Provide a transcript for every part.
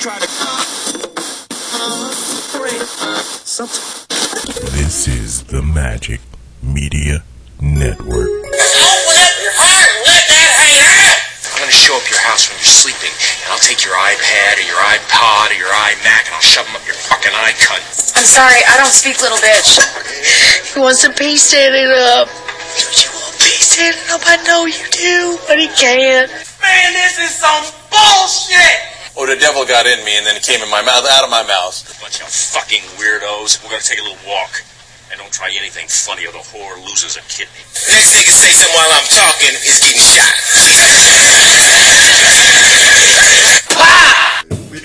try to. This is the Magic Media Network. Open up your heart and let that hang out. I'm going to show up your house when you're sleeping, and I'll take your iPad or your iPod or your iMac, and I'll shove them up your fucking eye cut. I'm sorry, I don't speak little bitch. He wants a piece standing up. Don't you want peace standing up? I know you do, but he can't. Man, this is some bullshit. Oh, the devil got in me and then it came in my mouth, out of my mouth. Bunch of fucking weirdos. We're going to take a little walk. And don't try anything funny or the whore loses a kidney. Next nigga say something while I'm talking is getting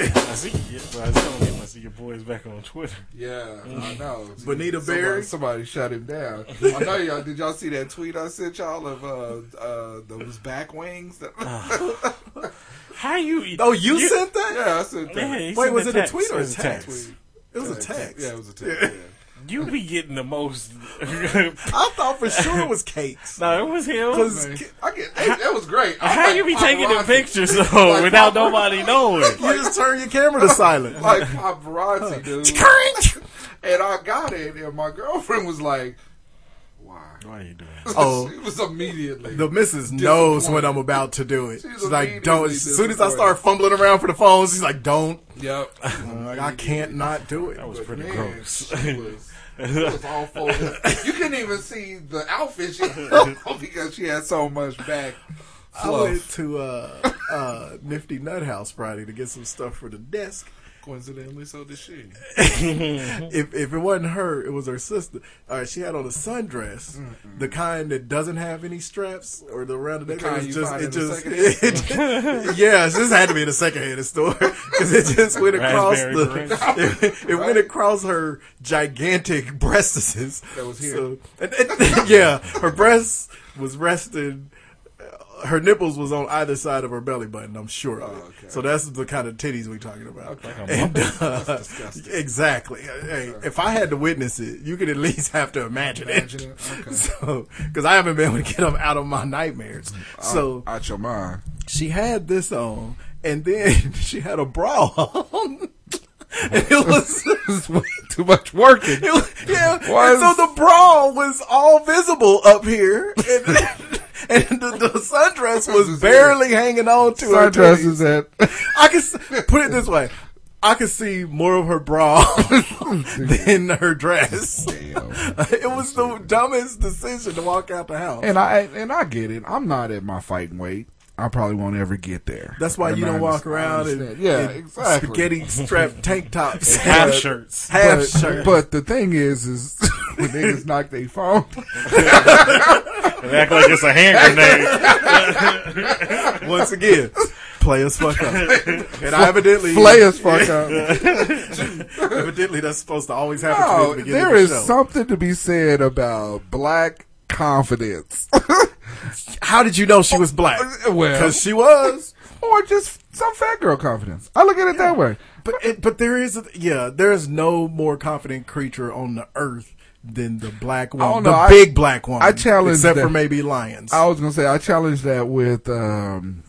shot. I see you, but I still don't want to see your boys back on Twitter. Yeah, Mm. I know. Bonita somebody, Berry? Somebody shut him down. I know y'all. Did y'all see that tweet I sent y'all of uh, uh, those back wings? That, Uh. How you? Oh, you, sent that? yeah, I sent Yeah, that. he Wait, sent was it a text. tweet or a was text? It was a text. Yeah, it was a text. Yeah. You be getting the most. I thought for sure it was cakes. no, it was him. 'Cause you I get hey, that was great. I How like you be taking the paparazzi. pictures though Like without paparazzi. nobody knowing? just turn your camera to silent. Like paparazzi, dude. And I got it, and my girlfriend was like, "Why?" Why are you doing? Oh. she was immediately. The missus knows when I'm about to do it. She's She's like, immediately don't. As soon as I start fumbling around for the phone, she's like, don't. yep. I'm like, I can't not do it. That was pretty Man, gross. She was, she was all folded. You couldn't even see the outfit she had because she had so much back I went fluff. to uh, uh, Nifty Nut House Friday to get some stuff for the desk. Coincidentally, so did she. Mm-hmm. If if it wasn't her, it was her sister. All right, she had on a sundress, the kind that doesn't have any straps or the round of The neck. kind It you was just, find it in the just, secondhand it- yeah, this had to be in a secondhand store because it just went across Raspberry the, it, it went across her gigantic breasts. That was here. and- and- yeah, her breasts was resting. Her nipples was on either side of her belly button. I'm sure. of it. Oh, okay. So that's the kind of titties we're talking about. And, uh, exactly. Hey, if I had to witness it, you could at least have to imagine, Imagine it. it, okay. So, because I haven't been able to get them out of my nightmares. Oh. so Out your mind. she had this on, and then she had a bra on. And it was, it This is way too much working. was yeah. Why and is- so the bra was all visible up here, and, and the, the sundress was barely hanging on to her. titties. Sundresses at I can s- put it this way. I could see more of her bra than her dress. It was the dumbest decision to walk out the house. and I and I get it. I'm not at my fighting weight. I probably won't ever get there. That's why And you I don't walk understand- I around in, understand. yeah, in exactly. spaghetti strap tank tops, Half shirts. half but, shirt. but the thing is, is when niggas knock their phone, They act like it's a hand grenade. Once again, players fuck up, and I evidently, play as fuck up. evidently that's supposed to always happen to me No, at the beginning Oh, there of is the show. something to be said about black confidence, How did you know she was black? Oh, uh, Well- because she was. or just some fat girl confidence. I look at it that way. But it, but there is a, yeah there is no more confident creature on the earth than the black woman, know, the I- big black woman. I challenge except that. for maybe lions. I was gonna say I challenge that with um,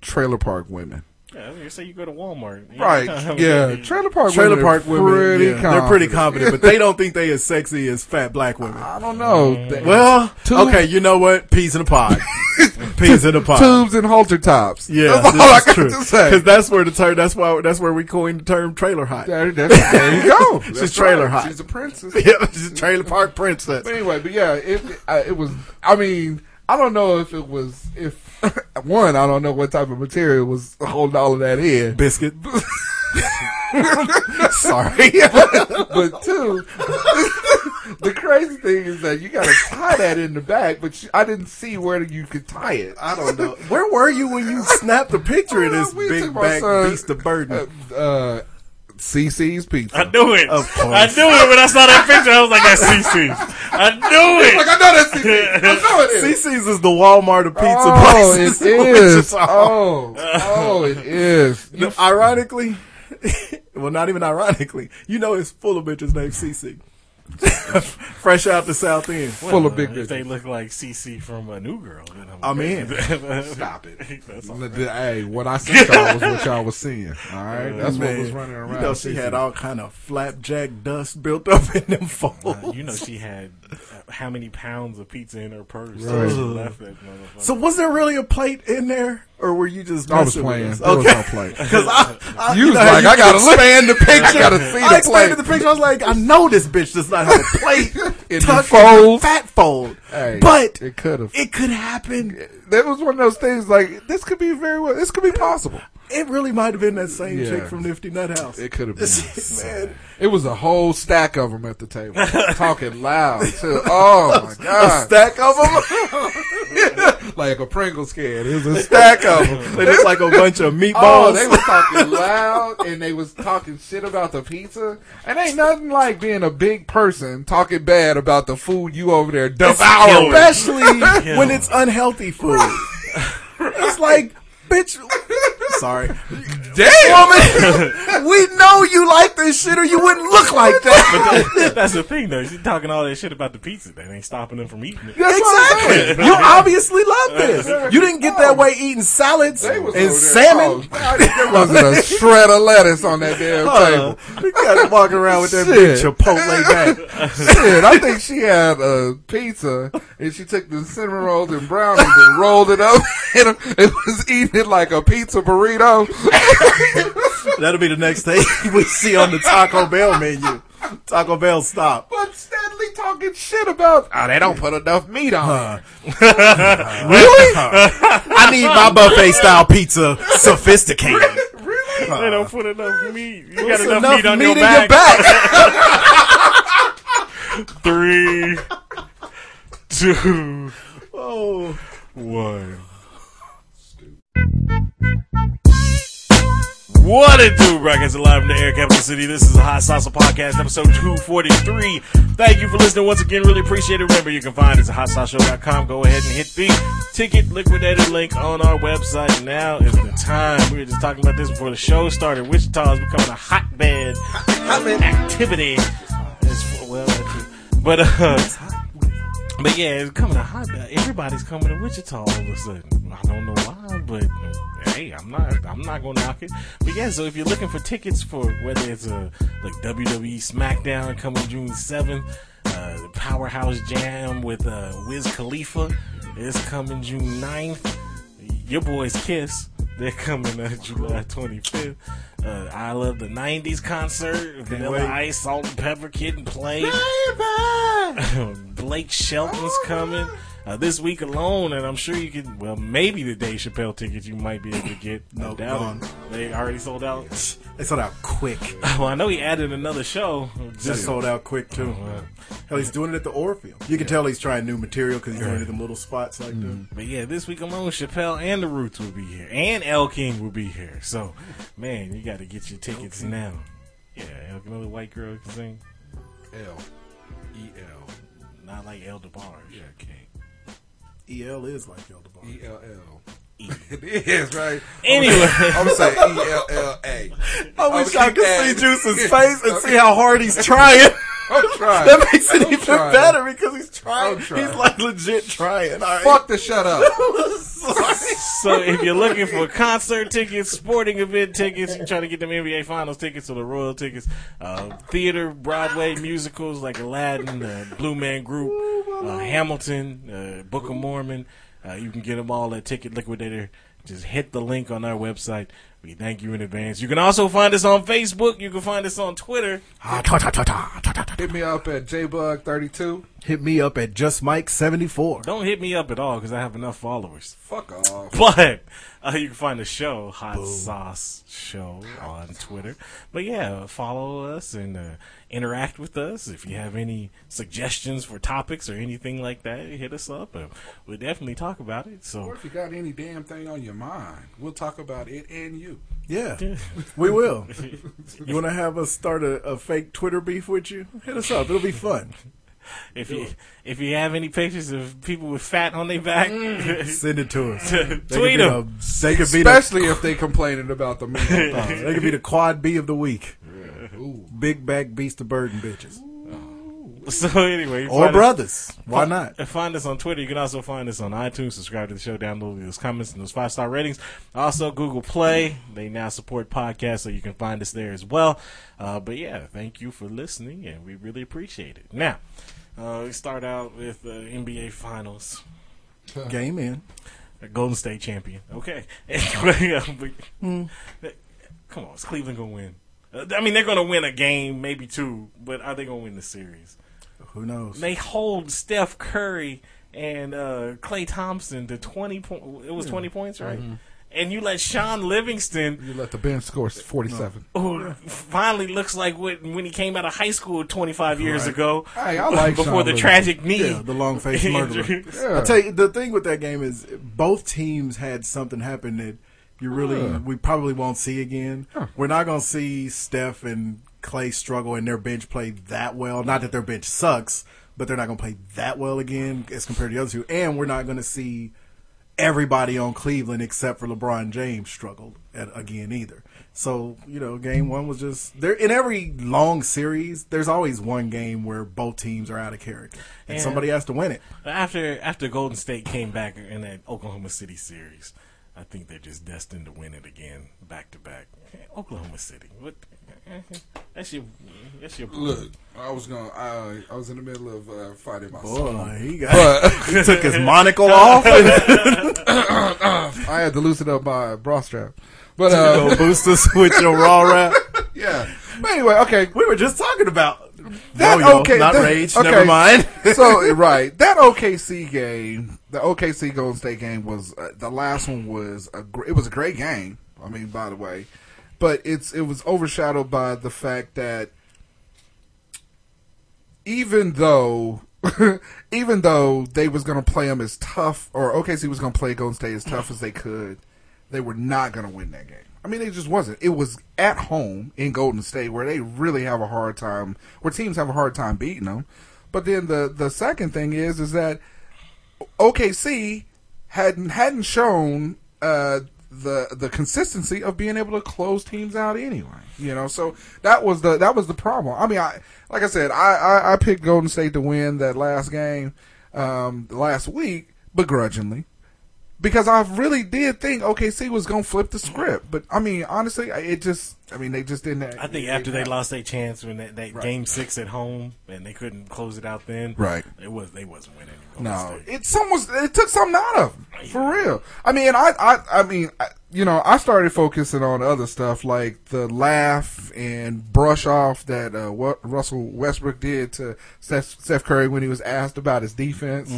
trailer park women. Yeah, you say you go to Walmart. Yeah. Trailer park. Trailer women are park women, Pretty yeah, they're pretty confident, but they don't think they as sexy as fat black women. I don't know. They- Well, Uh, Two- okay, you know what? Peas in a pod. Peas in a pod. tubes and halter tops. Yeah, that's all I this got is true. to say. Because that's where the term. That's why. That's where we coined the term trailer hot. There, there- there you go. She's That's trailer hot. She's a princess. yeah, she's a trailer park princess. But anyway, but yeah, it uh, it was. I mean, I don't know if it was if one. I don't know what type of material was holding all of that in. Biscuit. Sorry. Oh, But two, the crazy thing is that you got to tie that in the back. But you, I didn't see where you could tie it. I don't know. Where were you when you snapped the picture of this We big took my back son- beast of burden? Uh, CC's pizza. I knew it. Of course. I knew it when I saw that picture. I was like, that's CC. I knew like it. I know that's CC. I know it is. CC's is the Walmart of pizza oh, places. it in is. Wichita. Oh, oh, it is. No, ironically, well, not even ironically, you know, it's full of bitches named CC. fresh out the South End. full of big if bitches. they look like CC from a New Girl, then I'm, I'm in. Stop it. That's all. Hey, what I sent y'all was what y'all was seeing. All right, that's what Man, was running around. You know, she had CC. all kind of flapjack dust built up in them folds. You know she had uh, how many pounds of pizza in her purse? Right. She left that motherfucker. so was there really a plate in there, or were you just? I was messing with playing. us? There was Okay. no plate. Because I, I, You was know how like, I gotta can look- expand the picture. I gotta see I the expanded plate. the picture. I was like, I know this bitch does not have a plate It tucked in the folds. fat fold, Hey, but it could've. It could happen. That was one of those things. Like this could be very well. This could be possible. It really might have been that same Yeah. chick from Nifty Nut House. It could have been. Man, It was a whole stack of them at the table, talking loud too. Oh my a god! stack of them. like a Pringles can. It was a stack of them. they look like a bunch of meatballs. Oh, they were talking loud and they was talking shit about the pizza. And ain't nothing like being a big person talking bad about the food you over there devouring. especially when it's unhealthy food. It's like, bitch. Sorry, Damn woman. we know you like this shit, or you wouldn't look like that. That's the thing, though. She's talking all that shit about the pizza. That ain't stopping them from eating it. Exactly. You obviously love this. You didn't get that way eating salads They was and over there- oh, salmon. God, there wasn't a shred of lettuce on that damn Uh, table. you gotta walk around with that big Shit. Chipotle bag. Shit, I think she had a pizza and she took the cinnamon rolls and brownies and rolled it up and it was eating it like a pizza burrito. That'll be the next thing we see on the Taco Bell menu. Taco Bell stop. But Stanley talking shit about, oh, they don't put enough meat on it. Really? I need my buffet style pizza sophisticated. They don't put enough meat. You got There's enough, meat on your in back. back. Three, two, Oh. one. What it do, Brackets Live from the Air Capital City. This is the Hot Salsa Podcast, episode 243. Thank you for listening once again. Really appreciate it. Remember, you can find us at hotsauceshow.com. Go ahead and hit the ticket liquidator link on our website. Now is the time. We were just talking about this before the show started. Wichita is becoming a hotbed of activity. It's, well, it's- but, uh, but yeah, it's coming to hot. Everybody's coming to Wichita all of a sudden. I don't know why, but hey, I'm not. I'm not gonna knock it. But yeah, so if you're looking for tickets for whether it's a like WWE SmackDown coming June 7th, uh, the Powerhouse Jam with uh, Wiz Khalifa is coming June 9th. Your boys Kiss, they're coming uh, July 25th. Uh, I love the 90s concert. Vanilla wait. Ice, Salt and Pepper, Kid and Play. Blake Shelton's coming uh, this week alone, and I'm sure you can. Well, maybe the Dave Chappelle tickets you might be able to get. No Nope, doubt, gone. it. they already sold out. They sold out quick. Well, I know he added another show. They Just sold out quick too. Hell, he's doing it at the Orpheum. You can tell he's trying new material because he's going to them little spots like that. but yeah, this week alone, Chappelle and the Roots will be here, and El King will be here. So, man, you got to get your tickets now. Yeah, El, you know the white girl who can sing, L E L not like El DeBarge. Yeah, King. El E is like Elder E L L. E. It is right. Anyway. I'm gonna say E L L A. I wish I keep could that. see Juice's face and see how hard he's trying. I'm trying. that makes it I'm even trying. better because he's trying. I'm trying. He's like legit trying. All right. Fuck the shut up. So if you're looking for concert tickets, sporting event tickets, you're trying to get them NBA Finals tickets or the Royal tickets, uh, theater, Broadway musicals like Aladdin, uh, Blue Man Group, uh, Hamilton, uh, Book of Mormon, uh, you can get them all at Ticket Liquidator. Just hit the link on our website. We thank you in advance. You can also find us on Facebook. You can find us on Twitter. Ah, ta, ta, ta, ta, ta, ta, ta. Hit me up at jbug32. Hit me up at Just Mike seventy four. Don't hit me up at all because I have enough followers. Fuck off. But uh, you can find the show, Hot Sauce Show, on Twitter. But yeah, follow us and uh, interact with us. If you have any suggestions for topics or anything like that, hit us up and we'll definitely talk about it. Or So if you got any damn thing on your mind, we'll talk about it and you. Yeah, we will. You want to have us start a, a fake Twitter beef with you? Hit us up. It'll be fun. if you if you have any pictures of people with fat on their back, Send it to us. Tweet 'em. They could be the Especially if they complaining about the meat. uh, they could be the quad B of the week. Ooh. Big back beast of burden bitches. So anyway, you Or find us- brothers. Why not? And Uh, find us on Twitter. You can also find us on iTunes. Subscribe to the show. Download those comments and those five star ratings. Also, Google Play. They now support podcasts, so you can find us there as well. Uh, but yeah, thank you for listening, and we really appreciate it. Now, uh, we start out with uh, NBA Finals. Game in. Golden State champion. Okay. Anyway, uh, but- Come on, is Cleveland gonna win? Uh, I mean, they're gonna win a game, maybe two, but are they gonna win the series? Who knows? they hold Steph Curry and uh, Clay Thompson to twenty point. It was twenty points, right? Mm-hmm. And you let Sean Livingston, You let the bench score 47. who finally looks like what, when he came out of high school twenty five years ago, Hey, I like before Sean the Livingston. tragic knee, Yeah, the long faced murderer. Yeah. I tell you, the thing with that game is both teams had something happen that you really, we probably won't see again. We're not going to see Steph and Clay struggle and their bench play that well. Not that their bench sucks, but they're not going to play that well again as compared to the other two. And we're not going to see everybody on Cleveland except for LeBron James struggled at, again either. So you know, game one was just there. In every long series, there's always one game where both teams are out of character, and Yeah. somebody has to win it. after after Golden State came back in that Oklahoma City series, I think they're just destined to win it again, back to back. Eh, Oklahoma City, what? eh, That's your that's your Look, I was going. I I was in the middle of uh, fighting my son. Boy, he got he took his monocle off and I had to loosen up my bra strap, but uh, go boosters with your raw rap. yeah. But anyway, okay. We were just talking about That Yo-Yo, okay, not that- rage. okay. Never mind. so right, that OKC game, the OKC Golden State game was uh, the last one was a gr- it was a great game. I mean, by the way, but it's it was overshadowed by the fact that even though even though they was gonna play them as tough or OKC was gonna play Golden State as tough as they could, they were not gonna win that game. I mean, it just wasn't. It was at home in Golden State where they really have a hard time, where teams have a hard time beating them. But then the the second thing is is that OKC hadn't hadn't shown uh, the the consistency of being able to close teams out anyway. You know, so that was the that was the problem. I mean, I like I said, I I, I picked Golden State to win that last game um, last week begrudgingly because I really did think OKC was going to flip the script. But I mean, honestly, I- it just I mean they just didn't. I think after they lost their chance when that, that game six at home and they couldn't close it out then. Right. It was they wasn't winning. Golden No, State. it's almost it took something out of him for real. I mean, I, I, I mean, I, you know, I started focusing on other stuff like the laugh and brush off that uh, what Russell Westbrook did to Steph, Steph Curry when he was asked about his defense.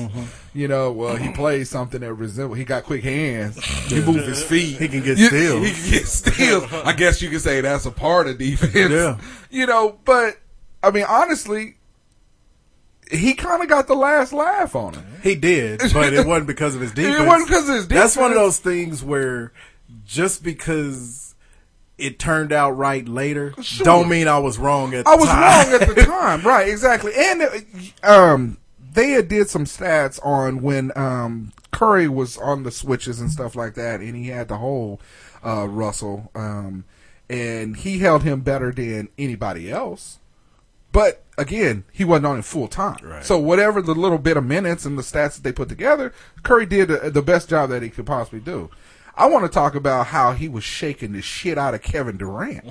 You know, well, he played something that resembled. He got quick hands. He moved his feet. He can get You- steals. He can get steals. I guess you could say that's a part of defense. Yeah. You know, but I mean, honestly. He kind of got the last laugh on it. He did, but it wasn't because of his defense. wasn't 'cause of his That's one of defense. those things where just because it turned out right later, don't mean I was wrong at the I was time. wrong at the time, right? Exactly. And uh, um, they had did some stats on when um, Curry was on the switches and stuff like that, and he had to hold uh, Russell, um, and he held him better than anybody else. But again, he wasn't on it full time. So whatever the little bit of minutes and the stats that they put together, Curry did the, the best job that he could possibly do. I want to talk about how he was shaking the shit out of Kevin Durant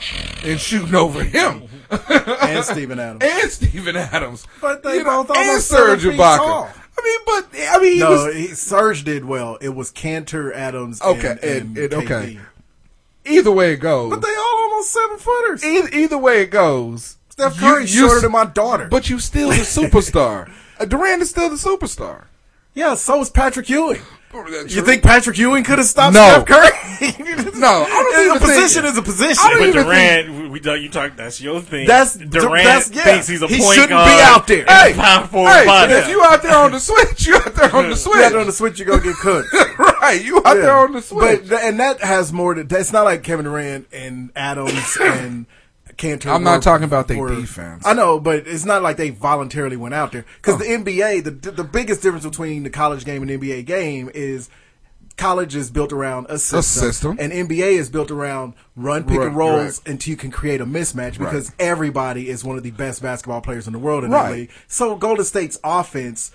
and shooting over him and Steven Adams. and Steven Adams, But they You know, both and almost Serge seven feet Ibaka. tall. I mean, but I mean, he no, was he, Serge did well. It was Cantor, Adams, Okay, and, and- and, and- KD. okay. either way it goes. But they all almost seven footers. either, either way it goes, Steph Curry's shorter than my daughter. But you still the superstar. Uh, Durant is still the superstar. yeah, so was Patrick Ewing. You You think Patrick Ewing could have stopped No. Steph Curry? No, I don't a even think- position is a position. I don't But even Durant, we- we talk, you talk. That's your thing. That's- Durant that's- yeah. thinks he's a He point shouldn't be guard. out and there. Hey, a power forward hey, but body. if you out there on the switch, you out there on the switch. You out there on the switch, you're gonna get cooked. right, you out there Yeah. on the switch. But th- and that has more to. It's not like Kevin Durant and Adams and Cantor. I'm not talking about their defense. I know, but it's not like they voluntarily went out there because the NBA. The the biggest difference between the college game and NBA game is. college is built around a system, system. and NBA is built around run pick Right, and rolls right. until you can create a mismatch because everybody is one of the best basketball players in the world in Right. the league. So Golden State's offense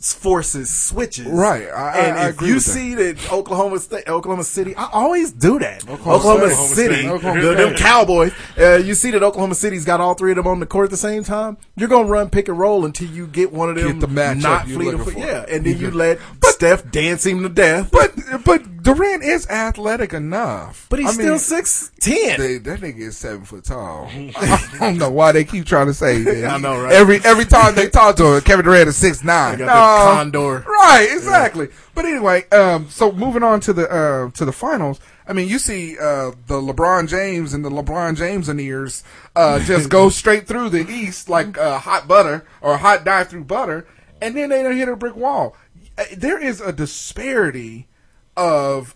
forces switches, Right. I- I- and I if agree you with that. see that Oklahoma State, Oklahoma City, I always do that. Oklahoma, State. City, Oklahoma the- State. them Cowboys. Uh, you see that Oklahoma City's got all three of them on the court at the same time. You're gonna run pick and roll until you get one of them Get the matchup not you're fleet of looking foot. for. Yeah, and then you let Steph dance him to death. But but Durant is athletic enough. But he's I still mean, six ten. They, that nigga is seven foot tall. I don't know why they keep trying to say that. I know, right? Every every time they talk to him, Kevin Durant is six nine. They got that condor. Right, exactly. But anyway, um, so moving on to the uh, to the finals. I mean, you see uh, the LeBron James and the LeBron James and ears uh, just go straight through the East like uh, hot butter or hot dive through butter, and then they don't hit a brick wall. Uh, There is a disparity of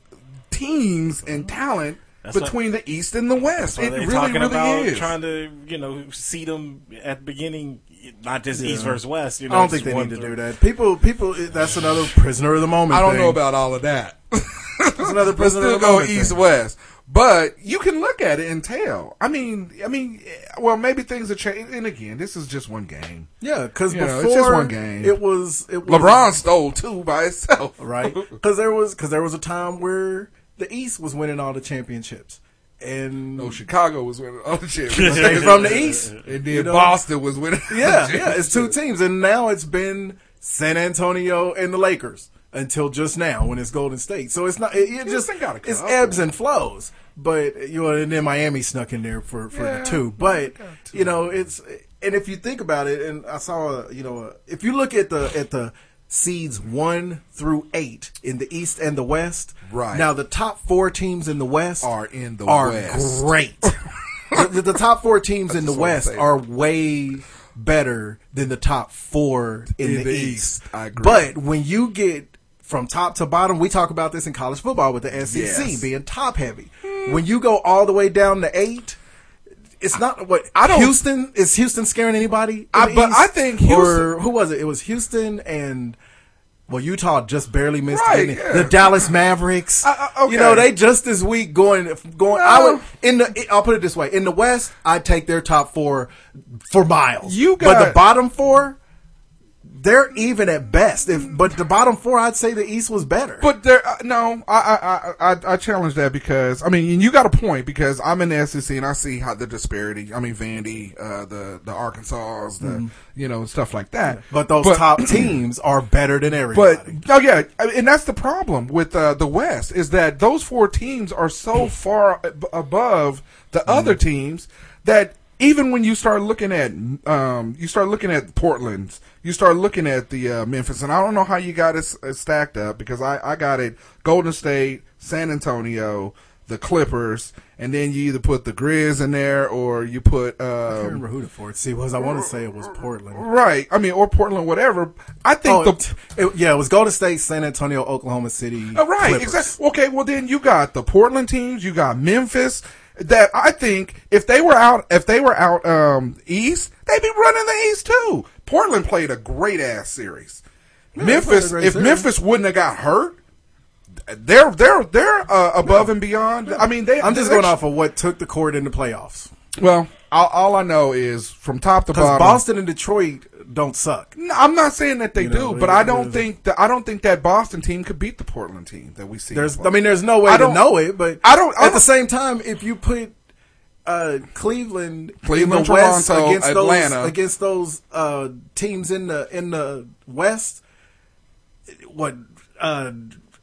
teams and talent why- between the East and the West. So It they're really, talking about really is. trying to, you know, seed them at the beginning, not just East versus West. You know, I don't just think they one need to through- do that. People, people. That's another prisoner of the moment. I don't thing. know about all of that. That's another Let's prisoner still of the go moment. east thing. west, but you can look at it and tell. I mean, I mean, eh, well, maybe things are changing. And again, this is just one game. Yeah, because You before know, it's just one game. it was it was LeBron stole two by itself, right? Because there was because there was a time where the East was winning all the championships, and No, Chicago was winning Oh, all the championships, they from the East, and then you know? Boston was winning. Yeah, yeah, it's two teams, and now it's been San Antonio and the Lakers until just now when it's Golden State. So it's not it, it just they got a it's couple. ebbs and flows. But you know, and then Miami snuck in there for for Yeah, the two. But you know, it's and if you think about it, and I saw you know if you look at the at the seeds one through eight in the East and the West. Right. now, the top four teams in the West Are in the are West. great. the, the- the top four teams in the just wanna West say are way better than the top four in, In the, the East, East. I agree. But when you get from top to bottom, we talk about this in college football with the SEC Yes. being top heavy. When you go all the way down to eight, it's not what I don't- Houston is Houston scaring anybody? in I- the but East? I think or Houston- who was it? It was Houston and. Well, Utah just barely missed Right, it. yeah. the Dallas Mavericks. I- I- You know okay. they just this week going going. I would No. in the I'll put it this way: in the West, I take their top four for miles. You but got- the bottom four, they're even at best. If but the bottom four, I'd say the East was better. But there, uh, no, I, I, I, I- I challenge that because I mean, and you got a point because I'm in the SEC and I see how the disparity. I mean, Vandy, uh, the the Arkansas, the you know stuff like that. Mm-hmm. But those top teams are better than But everybody. oh yeah, I- and that's the problem with uh, the West is that those four teams are Mm. so far ab- above the other teams that even when you start looking at um, you start looking at Portland's, you start looking at the uh, Memphis, and I don't know how you got it s- uh, stacked up because I, I got it Golden State, San Antonio, the Clippers, and then you either put the Grizz in there or you put I um, remember who the fourth seed was. I want to say it was Portland. right. I mean, or Portland, whatever. I think the Oh, it- it- yeah, it was Golden State, San Antonio, Oklahoma City. Oh, right, Clippers. exactly. Okay, well then you got the Portland teams, you got Memphis. That I think if they were out, if they were out um, east, they'd be running the east too. Portland played a great ass series. played a Memphis, great if series. Memphis wouldn't have got hurt, they're they're they're uh, above and beyond. I mean, they. I'm just they- going off of what took the court in the playoffs. Well, all, all I know is from top to Because bottom. Boston and Detroit don't suck. No, I'm not saying that they You do, know, but it- I it don't is- think that I don't think that Boston team could beat the Portland team that we see. There's, before. I mean, there's no way I to don't- know it, but I don't- I at the don't- same time, if you put uh, Cleveland, Cleveland, in the West Toronto, against Atlanta. those against those uh, teams in the in the West, what uh,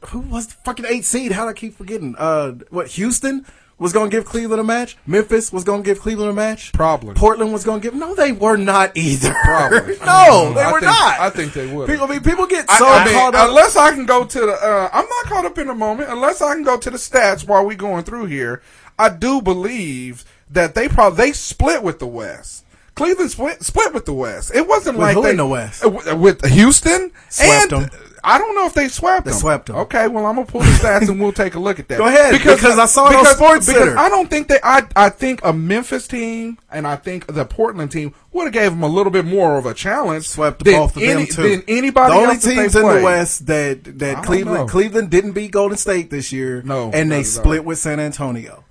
who was the fucking eight seed? How do I keep forgetting? Uh, what Houston was going to give Cleveland a match? Memphis was going to give Cleveland a match? Probably. Portland was going to give? No, they were not either. Probably. no, they I were think- not. I think they would. People, I mean, people get I- so I mean, caught up. Unless I can go to the, uh, I'm not caught up in the moment. Unless I can go to the stats while we going through here, I do believe that they probably they split with the West. Cleveland split, split with the West. It wasn't With like who they, in the West? Uh, with Houston Swept and them. I don't know if they swept They them. swept 'em. Okay, well I'm gonna pull the stats and we'll take a look at that. Go ahead, because I saw it on Sports because Center. I don't think they. I I think a Memphis team and I think the Portland team would have gave them a little bit more of a challenge. swept than both of any- them too. Than anybody the only else that they teams in played. the West that that don't Cleveland know. Cleveland didn't beat Golden State this year. No, and they not at all. split with San Antonio.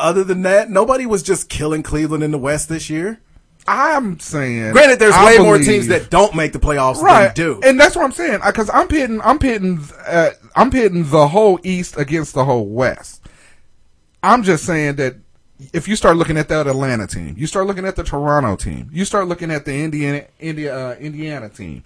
Other than that, nobody was just killing Cleveland in the West this year. I'm saying. Granted, there's I way more believe- teams that don't make the playoffs right than do. and that's what I'm saying because I'm pitting I'm pitting uh, I'm pitting the whole East against the whole West. I'm just saying that if you start looking at that Atlanta team, you start looking at the Toronto team, you start looking at the Indiana India uh, Indiana team,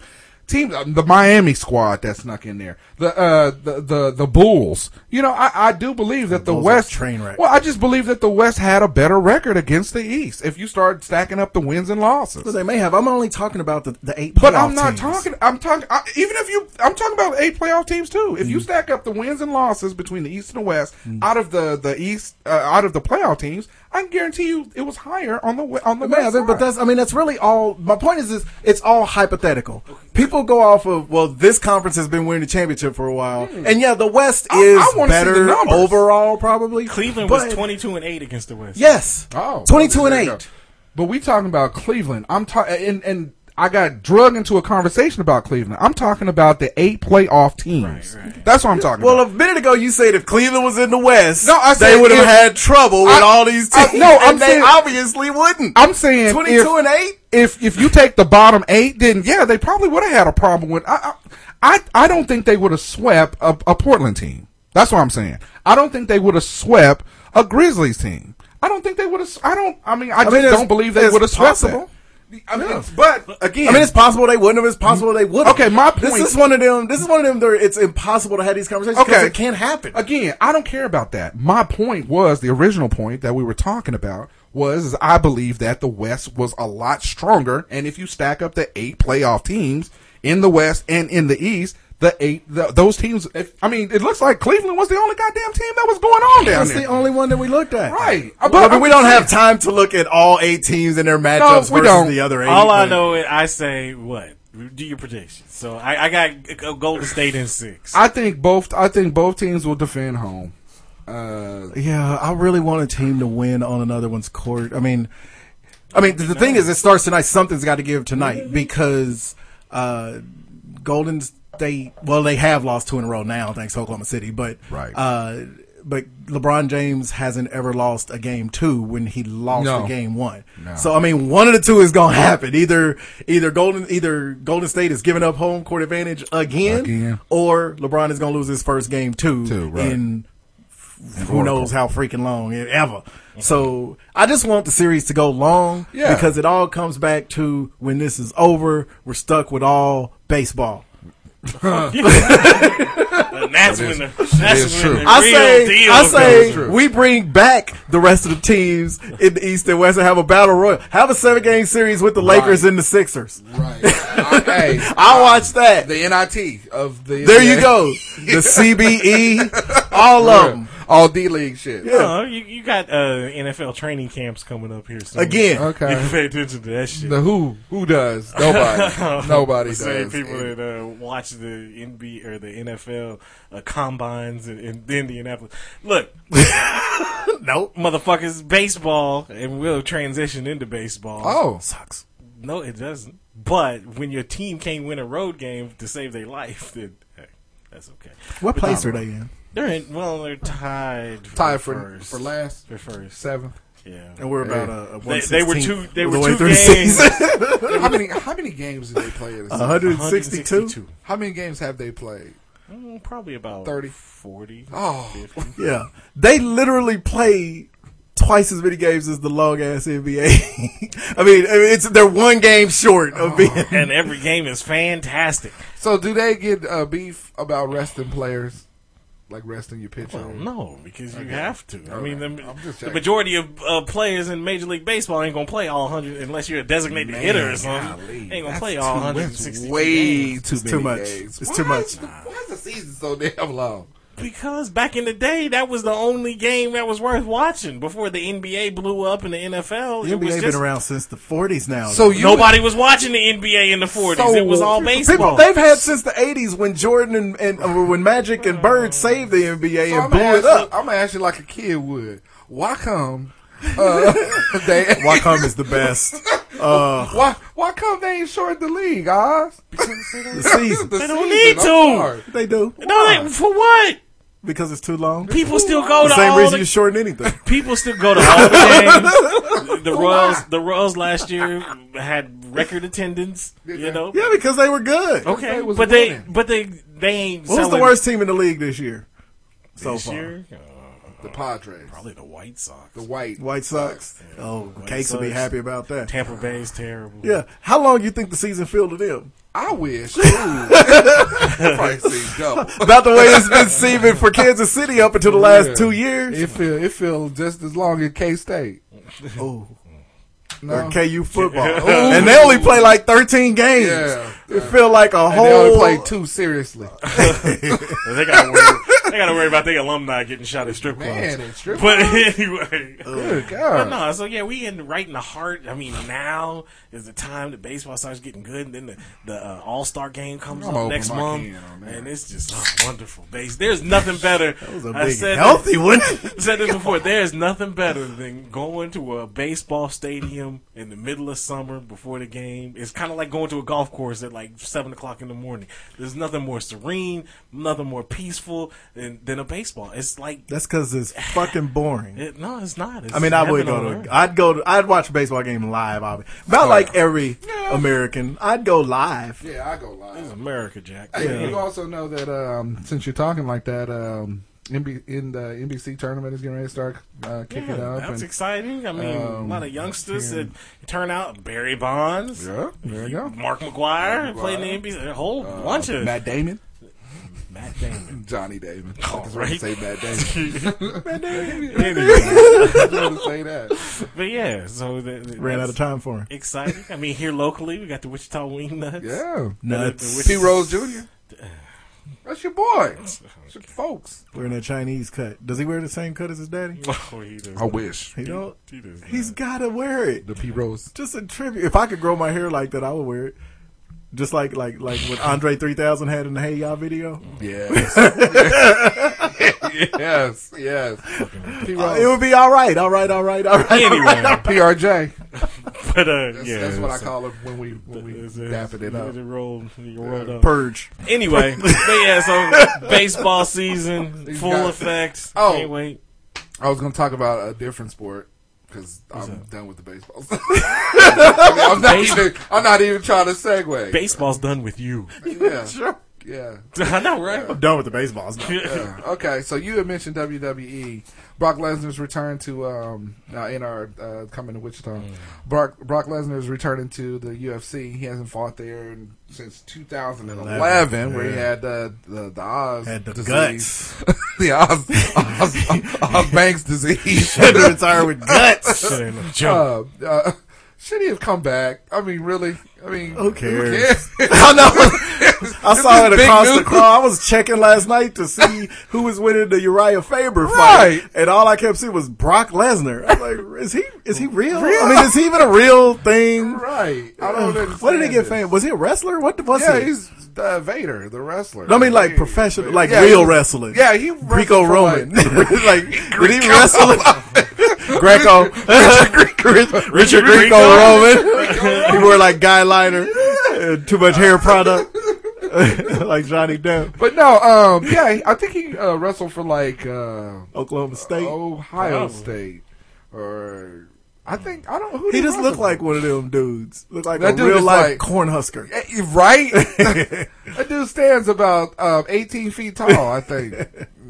team uh, the Miami squad that snuck in there, the uh, the, the the Bulls. You know, I, I do believe that the, Bulls are a West train wreck. Well, I just believe that the West had a better record against the East. If you start stacking up the wins and losses, So they may have. I'm only talking about the, the eight. but playoff I'm not teams. talking. I'm talking. I, even if you, I'm talking about eight playoff teams too. If Mm. you stack up the wins and losses between the East and the West, out of the the East, uh, out of the playoff teams, I can guarantee you it was higher on the we- on the It may West. have been, but side. that's I mean that's really all. My point is, is it's all hypothetical. People go off of well, this conference has been winning the championship for a while, and yeah, the West I- is I wanna see the better numbers. overall probably. Cleveland was but- 22 and 8 against the West. Yes, Oh, 22 and there you eight. go. But we talking about Cleveland. I'm talking and and I got drug into a conversation about Cleveland. I'm talking about the eight playoff teams. That's what I'm talking Well, about. a minute ago you said if Cleveland was in the West, No, I they said would have if- had trouble with I- all these I- teams. no, and I'm they saying- obviously wouldn't. I'm saying 22 if- and eight. if if you take the bottom eight, then yeah, they probably would have had a problem with. I I, I don't think they would have swept a, a Portland team. That's what I'm saying. I don't think they would have swept a Grizzlies team. I don't think they would have. I don't. I mean, I, just it's- don't believe they it's would have swept that. possible. I mean, but again, I mean, it's possible they wouldn't have. It's possible they would. Okay, my point- This is one of them. This is one of them. There, it's impossible to have these conversations because Okay. it can't happen. Again, I don't care about that. My point was the original point that we were talking about was is I believe that the West was a lot stronger, and if you stack up the eight playoff teams in the West and in the East, the eight the, those teams. If, I mean, it looks like Cleveland was the only goddamn team that was going on down That's there. the only one that we looked at. Right. But, But I'm we don't saying- have time to look at all eight teams and their matchups we versus don't. the other eight. All I Like, know is I say what? Do your predictions. So I, I got uh, Golden State in six. I think both. I think both teams will defend home. Uh, Yeah, I really want a team to win on another one's court. I mean, I mean, the, the thing is, it starts tonight. Something's got to give tonight because uh, Golden State. Well, they have lost two in a row now, thanks to Oklahoma City. But Right. Uh, but LeBron James hasn't ever lost a game two when he lost No. a game one. So I mean, one of the two is gonna happen. Either either Golden either Golden State is giving up home court advantage again, Again. or LeBron is gonna lose his first game two, Two, right. in who knows how freaking long eh, ever. So I just want the series to go long Yeah. because it all comes back to when this is over, we're stuck with all baseball. and that's when the, is that's true. when the I real say, deal I comes say, through. we bring back the rest of the teams in the East and West and have a battle royal. Have a seven game series with the Lakers and the Sixers. right. Okay. uh, I watch that. the NIT of the. There you go. The CBE, all of them. All D league shit. No, you, you got uh, NFL training camps coming up here soon. Again, You Okay. can pay attention to that shit. The who who does nobody nobody the does. same people that uh, watch the NBA or the NFL uh, combines in, in Indianapolis. Look, nope. motherfuckers, baseball, and we'll transition into baseball. oh sucks. No, it doesn't. But when your team can't win a road game to save their life, then hey, that's okay. What place are they in? They're in, well, they're tied. For Tied for first. for last For first, seven. yeah. And we're about uh, a, They, a they were 116th two. They of were the way two through the games. season. how many how many games did they play Uh, in a season? 162. 162. How many games have they played? Mm, Probably about 30. 40. Oh. 50. Yeah, they literally play twice as many games as the long ass NBA. I mean, I mean, it's they're one game short of being. and every game is fantastic. So do they get uh, beef about resting players, like resting your pitcher? Well, no, because you have to. I All mean, right. the, I'm just the checking. majority of uh, players in Major League Baseball ain't gonna play all 100 unless you're a designated hitter or something. ain't gonna play all 160. Way too It's many too much. games. It's why too Is much. the, why is the season so damn long? because back in the day, that was the only game that was worth watching before the NBA blew up and the NFL. The it was NBA just- been around since the 40s now. So you Nobody was watching the NBA in the 40s. it was all baseball. People, they've had since the 80s when Jordan and, and uh, when Magic and Bird saved the NBA I'm and gonna, blew ask it you, up. I'm gonna ask you like a kid would. Why come? Uh, they Wacom is the best. Uh, why why come they ain't short the league, Oz? the season. The They don't season, need I'm to. sorry. They do. no, they, for what? Because it's too long. People still go the to same all reason the you shorten anything. people still go to all the games. The Royals, the Royals last year had record attendance. You know, Yeah, because they were good. okay, They was but they, winning. but they, they ain't. Who's the selling worst team in the league this year? So this far. year? The Padres, Probably the White Sox. the white. White Sox. Oh, Cakes will be Sox. happy about that. Tampa Bay's terrible. Yeah. How long you think the season filled to them? I wish. Ooh. Probably see double. About the way it's been seeming for Kansas City up until the last Yeah. two years. It feel it feel just as long as K State. oh. No. Or KU football. and they only play like 13 games. Oh. Yeah. It feel like a And they only whole play two seriously. they gotta worry. They gotta worry about their alumni getting shot at strip clubs. Man, it's true. But anyway, Oh. Good but God. no. So yeah, we in right in the heart. I mean, now is the time that baseball starts getting good, and then the, the uh, All Star game comes I'm up open next my month, can on that. and it's just oh, wonderful base. There's nothing better. It was a I big said healthy one. This, said this before. There's nothing better than going to a baseball stadium in the middle of summer before the game. It's kind of like going to a golf course at like seven o'clock in the morning. There's nothing more serene, nothing more peaceful than, than a baseball. It's like That's because it's fucking boring. it, no, it's not. It's I mean, I would heaven go on to. earth. I'd go. To, I'd watch a baseball game live. Obviously. About like every American, I'd go live. Yeah, I go It's live. America, Jack. Hey, you also know that um, since you're talking like that, um, NB- in the NBC tournament is getting ready to start uh, kicking Yeah, up. that's and- exciting. I mean, um, a lot of youngsters that turn out Barry Bonds, yeah, there you go. Mark McGuire, played in the NBA, a whole bunch of Uh, Matt Damon, Matt Damon. Johnny Damon. I just right. want to say Matt Damon. Anyway, I just want to say that. but yeah, so the, the, Ran out that's of time for him. Exciting. I mean, here locally, we got the Wichita Wing Nuts. Yeah, Nuts. P Rose Jr. That's your boy. That's your folks. Wearing a Chinese cut. Does he wear the same cut as his daddy? Oh, he does. I wish He don't. He does. He's gotta wear it. the P Rose. Just a tribute. If I could grow my hair like that, I would wear it. Just like like like what Andre three thousand had in the Hey Y'all video. Yes, yes, yes. P Uh, It Rose, would be all right. All right. All right. All right. anyway, PRJ. but uh, That's, yeah, that's what I so- call it when we when we it's- it's- dapping it up. You roll, you rolled up. Purge. Anyway, but yeah, so baseball season, full got- effect. Oh. Can't wait. I was going to talk about a different sport because I'm done with the baseball. I mean, I'm, not even, I'm not even trying to segue. Baseball's done with you. yeah. Yeah. I know, right? I'm done with the baseballs now. Yeah. Okay, so you had mentioned WWE. Brock Lesnar's return to um uh, in our uh, coming to Wichita. Mm. Brock Brock Lesnar's returning to the UFC. He hasn't fought there in, since 2011, where he Yeah. had uh, the the Oz Had the disease. the Oz, Oz, Oz, Banks disease. Had to retire with guts. That ain't no joke. Uh, uh, should he have come back? I mean, really? I mean, Who cares? cares? I know. I saw it Big across the news. crowd. I was checking last night to see who was winning the Uriah Faber Right. fight, and all I kept seeing was Brock Lesnar. I was like, "Is he? Is he real? I mean, is he even a real thing? right? I don't understand. What did he get this. famous? Was he a wrestler? What the- was Yeah, he? he's uh, Vader, the wrestler. I mean, like He- professional, like Yeah, real he- wrestling. Yeah, he wrestled Greco for, Roman. like- like, did he wrestle? Greco. Richard, Greco Roman. he wore like guy liner, uh, too much hair product, like Johnny Depp, but no, um, yeah, I think he uh, wrestled for like uh, Oklahoma State. Oh. Oh. Ohio Probably. State, or I think I don't. Who he did just looked wrestle like one of them dudes. Looked like That a dude real is life like- cornhusker. for? Eh, right? that dude stands about um, eighteen feet tall. I think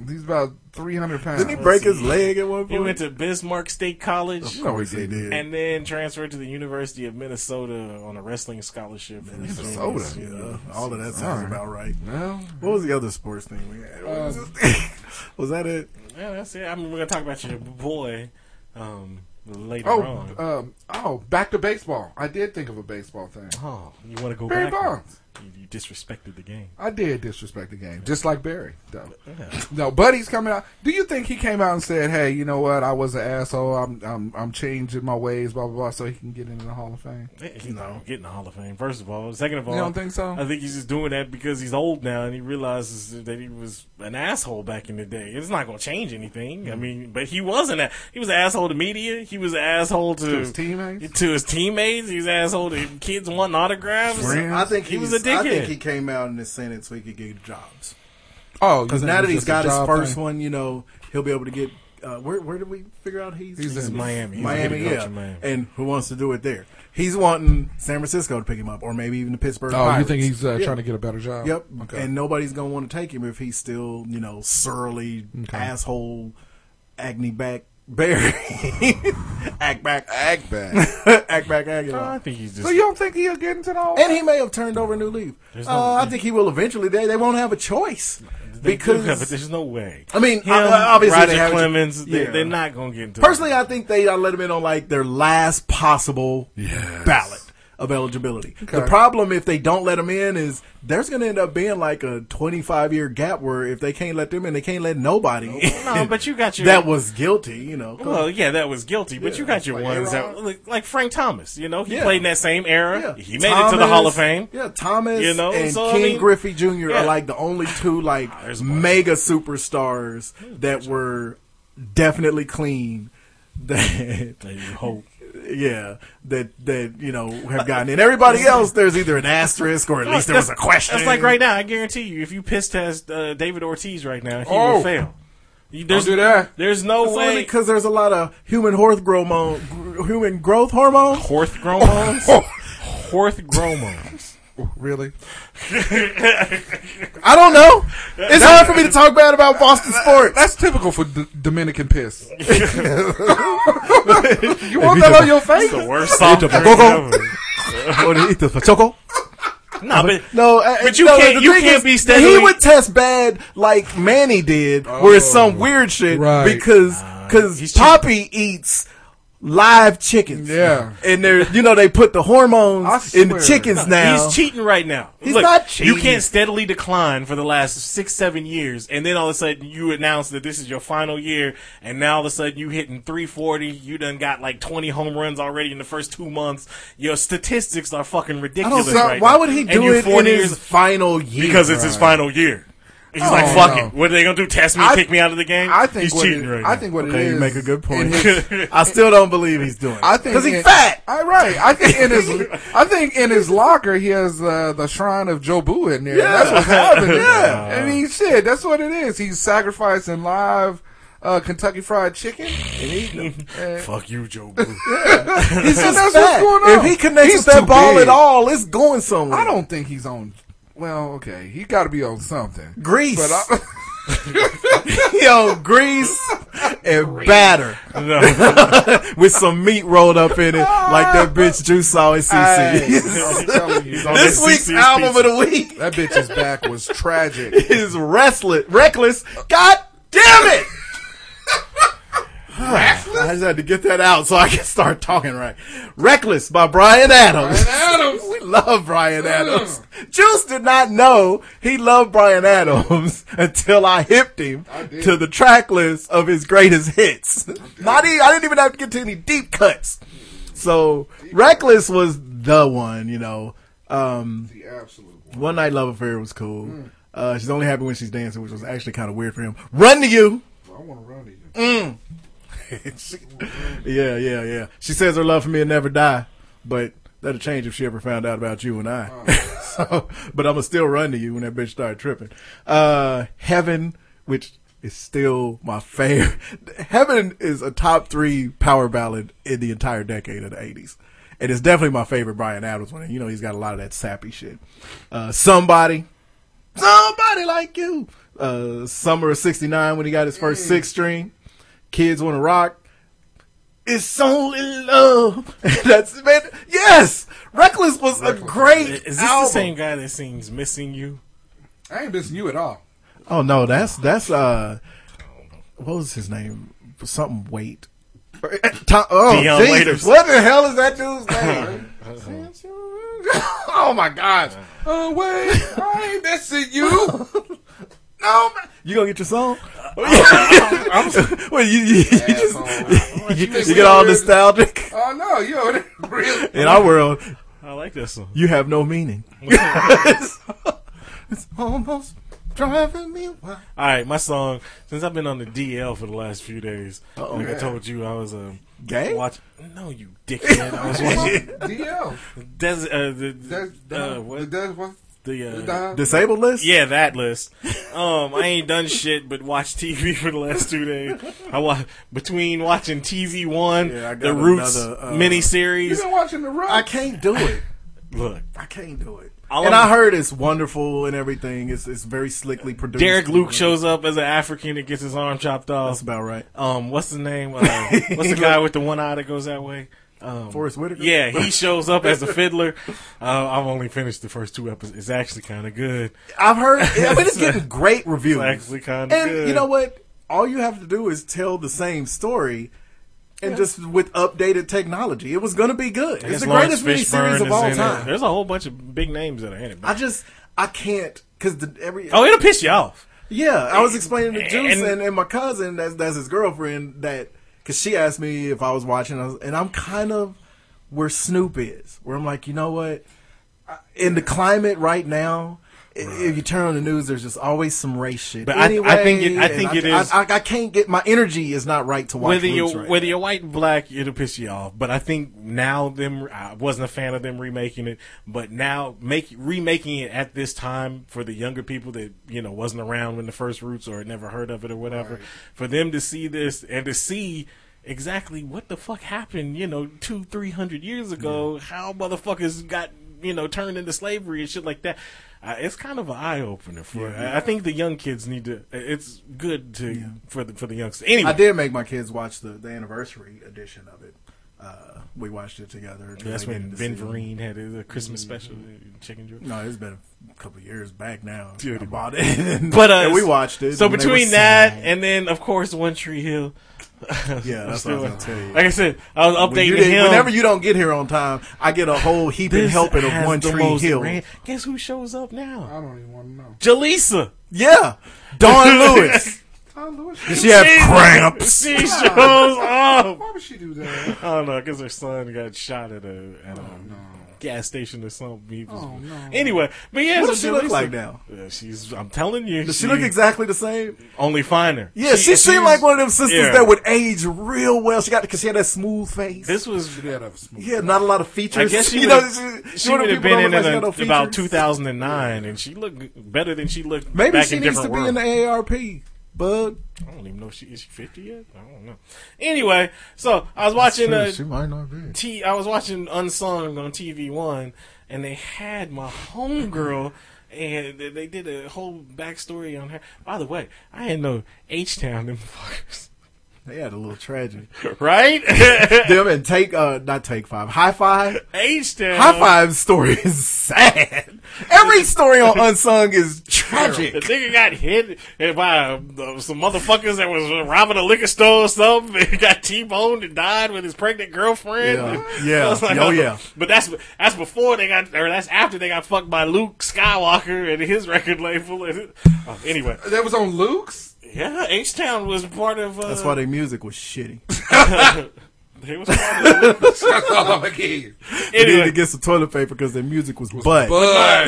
he's about three hundred pounds. Didn't he break his leg at one point? He went to Bismarck State College No, he They didn't. did. and then transferred to the University of Minnesota on a wrestling scholarship. for his Minnesota? seniors. Oh, Yeah, all of that sounds about right. Well, What was the other sports thing we had? Uh, What was, was that it? Yeah, that's it. I mean, we're going to talk about your boy um, later Oh, on. um, oh, back to baseball. I did think of a baseball thing. oh, you want to go Barry back? Bonds. You- You disrespected the game. I did disrespect the game, just like Barry, though. No, Buddy's coming out. Do you think he came out and said, "Hey, you know what? I was an asshole. I'm, I'm, I'm changing my ways, blah blah blah," so he can get into the Hall of Fame? He's not gonna get in the Hall of Fame. First of all, second of all, don't think so? I think he's just doing that because he's old now and he realizes that he was an asshole back in the day. It's not gonna change anything. Mm-hmm. I mean, but he wasn't. A, he was an asshole to media. He was an asshole to, his teammates? To his teammates, he was an asshole to kids wanting autographs. Friends? I think He was he's- a dickhead. I think he came out and is saying it so he could get jobs. Oh, Because now that he's got his first one, you know he'll be able to get. Uh, where where did we figure out he's He's in Miami. He's a Miami, head coach yeah. in Miami. And who wants to do it there? He's wanting San Francisco to pick him up, or maybe even the Pittsburgh. Oh, you Pirates. think he's uh, Yeah. trying to get a better job? Yep. Okay. And nobody's gonna want to take him if he's still, you know, surly asshole, acne back Barry, act back, Ag bag. act back, I Aguilar. think he's just. so you don't think he'll get into the Hall? And he may have turned over a new leaf. uh, I think he will eventually. They they won't have a choice they do, but because there's no way. I mean, Him, I- I- obviously Roger they have- Clemens, they, yeah. they're not gonna get into. Personally, I think they uh, let him in on like their last possible Yes. ballot of eligibility. The problem if they don't let them in is there's going to end up being like a 25 year gap where if they can't let them in, they can't let nobody. in No, but you got your- that was guilty. You know, Well, yeah, that was guilty, but you got your like ones A-Rod. that, like, like Frank Thomas. You know, he Yeah. played in that same era. Yeah. He made it to the Hall of Fame. Yeah, Thomas You know, and so, I King mean- Griffey Jr. Yeah. are like the only two like There's a bunch. mega superstars that were definitely clean. That That you hope. yeah, that that you know have gotten in. Everybody else, there's either an asterisk or at least there was a That's- question. That's like right now. I guarantee you, if you piss test uh, David Ortiz right now, he Oh. will fail. You- There's, do that. There's no It's only way. because there's a lot of human growth hormone, gr- human growth hormone. Horth gromones. Horth gromones. Really? I don't know. It's hard for me to talk bad about Boston sports. That's typical for D- Dominican piss. you want that on your face? The worst soft drink Go-go. ever. No, but No, I- But you no, can't- the you thing can't is, be steadily- He would test bad like Manny did, where it's some weird shit Oh. right. because because he's cheap. Poppy eats live chickens. Yeah. and they're you know they put the I hormones in the swear. chickens now. He's cheating right now. He's not cheating. You can't steadily decline for the last six, seven years, and then all of a sudden you announce that this is your final year, and now all of a sudden you hitting 340. You done got like 20 home runs already in the first two months. Your statistics are fucking ridiculous. So right why now. would he And do you're it in 40 his Oh, years- final year? Because it's his final year. He's like, fuck no. it. What are they gonna do? Test me? I- kick me out of the game? I think he's what cheating it, right I now. think what it Okay, is. you make a good point. in his- I still don't believe he's doing. I it. think because he's in- fat. I right. I think in his. I think in his locker he has uh, the shrine of Jobu in there. Yeah. That's what's happening. Yeah. I mean, shit. That's what it is. He's sacrificing live uh, Kentucky Fried Chicken. fuck you, Joe. Boo. He's just that's fat. what's going on. If he connects He's with that too ball big. at all, it's going somewhere. I don't think he's on. Well, okay, he got to be on something. Grease. But I, Yo, grease and batter no. with some meat rolled up in it, like that bitch Juice always CC. I'm telling you, this CC's week's album of the week that bitch's back was tragic. is Restless. Reckless. God damn it! I just had to get that out so I can start talking right. Reckless by Brian Adams. Uh. Adams. we love Brian Adams. Juice did not know he loved Brian Adams until I hipped him did. to the track list of his greatest hits. Not even, I didn't even have to get to any deep cuts. So Reckless was the one, you know. Um, The absolute. one. one Night Love Affair was cool. Uh, she's only happy when she's dancing, which was actually kind of weird for him. Run to you. I want to run to you. Yeah, yeah, yeah. She says her love for me will never die, but that'll change if she ever found out about you and I. so, but I'm gonna still run to you when that bitch started tripping. Uh, Heaven, which is still my favorite. Heaven is a top three power ballad in the entire decade of the '80s. And it's definitely my favorite Brian Adams one. And, You know, he's got a lot of that sappy shit. Uh, somebody, somebody like you. Uh, summer of '69 when he got his Mm. first six string. Kids want to rock. It's only love. That's man. Yes, Reckless was a great Is this album. the same guy that sings "Missing You"? I ain't missing you at all. Oh no, that's that's uh, what was his name? Something Wait. Tom, oh Deion Jesus! Waiters. What the hell is that dude's name? Oh my gosh. Oh wait, I ain't missing you. No, man. You gonna get your song? I'm, Wait, you, you, you Asshole. just you, think you get all weird? nostalgic. oh no, you over there really? In our world, I like this one. you have no meaning. it's, almost driving me wild. All right, my song. Since I've been on the DL for the last few days, like I told you, I was um, Gay? watching. No, you dickhead. I was watching DL. Des, uh, the, That's uh, what, That's what. the uh, That's Disabled list? yeah that list. Um, I ain't done shit but watch TV for the last two days. I wa- between watching TV One, Yeah, I got the Roots another, uh, miniseries. You've been watching the Roots. I can't do it. Look, I can't do it. All and I'm- I heard it's wonderful and everything. It's it's very slickly produced. Derek Luke shows up as an African that gets his arm chopped That's off. about right. Um, what's the name? Uh, what's the guy with the one eye that goes that way? Um, Forrest Whitaker. Yeah, he shows up as a fiddler. Uh, I've only finished the first two episodes. It's actually kind of good. I've heard. I mean, it's getting great reviews. actually kinda And good. you know what? All you have to do is tell the same story, and just with updated technology, it was going to be good. It's It's the Lawrence greatest Fishburne miniseries of is all in it. time. There's a whole bunch of big names that are in it. I just I can't because the every oh, it'll piss you off. Yeah, I was explaining to Juice And- and, and, my cousin, that's, that's his girlfriend, that because she asked me if I was watching, I was- and I'm kind of where Snoop is, where I'm like, you know what? I- In the climate right now, i if you turn on the news, there's just always some race shit. But I- I think it- I and think it is- I, I, can't get my energy is not right to watch. Whether Roots you're right whether now. you're white and black, it'll piss you off. But I think now them I wasn't a fan of them remaking it, but now make remaking it at this time for the younger people that you know wasn't around when the first Roots or had never heard of it or whatever, for them to see this and to see exactly what the fuck happened, you know, two three hundred years ago, how motherfuckers got you know turned into slavery and shit like that. Uh, it's kind of an eye opener for. I, I think the young kids need to. It's good to for the for the youngsters. Anyway, I did make my kids watch the, the anniversary edition of it. Uh, we watched it together. 'cause That's they when needed to see Ben it. Vereen had his uh, Christmas Mm-hmm. special, uh, Chicken Joy. No, it's been a couple of years back now. Dude. I bought it, and- But uh, and we watched it. So and they were between that sad. and then, of course, One Tree Hill. yeah, that's what I was gonna tell you. Like I said, I was When updating you didn't- him. whenever you don't get here on time, I get a whole heap and This helping of has one the tree most hill. Uh, ran- guess who shows up now? I don't even want to know. Jaleesa. Yeah, Dawn Lewis. Tom Lewis. She had cramps. She shows up. Why would she do that? I don't know, because her son got shot at a, at Oh, a gas station or something. He was- Oh, no. Anyway, but yeah, What so does she look Jaleesa- like now? Yeah, she's. I'm telling you, Does she look exactly the same? only finer. Yeah, she, seemed like one of them sisters yeah. that would age real well. She got because she had that smooth face. This was She did have a smooth. yeah, not a lot of features. I guess she you would, know, she, one of would the have people been that in look like she it got no in about features. 2009, and she looked better than she looked Maybe back she in needs different to be world. in the AARP. Bug. I don't even know if she is she 50 yet. I don't know. Anyway, so I was watching uh, might not be. T. I was watching Unsung on TV One, and they had my homegirl. And they- they did a whole backstory on her. By the way, I didn't know H Town them fuckers, They had a little tragedy. right? Them and take uh not take five. High five. H Town, High five story is sad. Every story on Unsung is tragic. The nigga got hit by uh, some motherfuckers that was robbing a liquor store or something. He got T-boned and died with his pregnant girlfriend. Yeah. Yeah. I was Oh, yeah. But that's that's before they got, or that's after they got fucked by Luke Skywalker and his record label. And, uh, anyway, That was on Luke's. yeah, H Town was part of. Uh, That's why their music was shitty. they was part of. That's all I'm gonna give you. They needed to anyway, get some toilet paper because their music was butt. But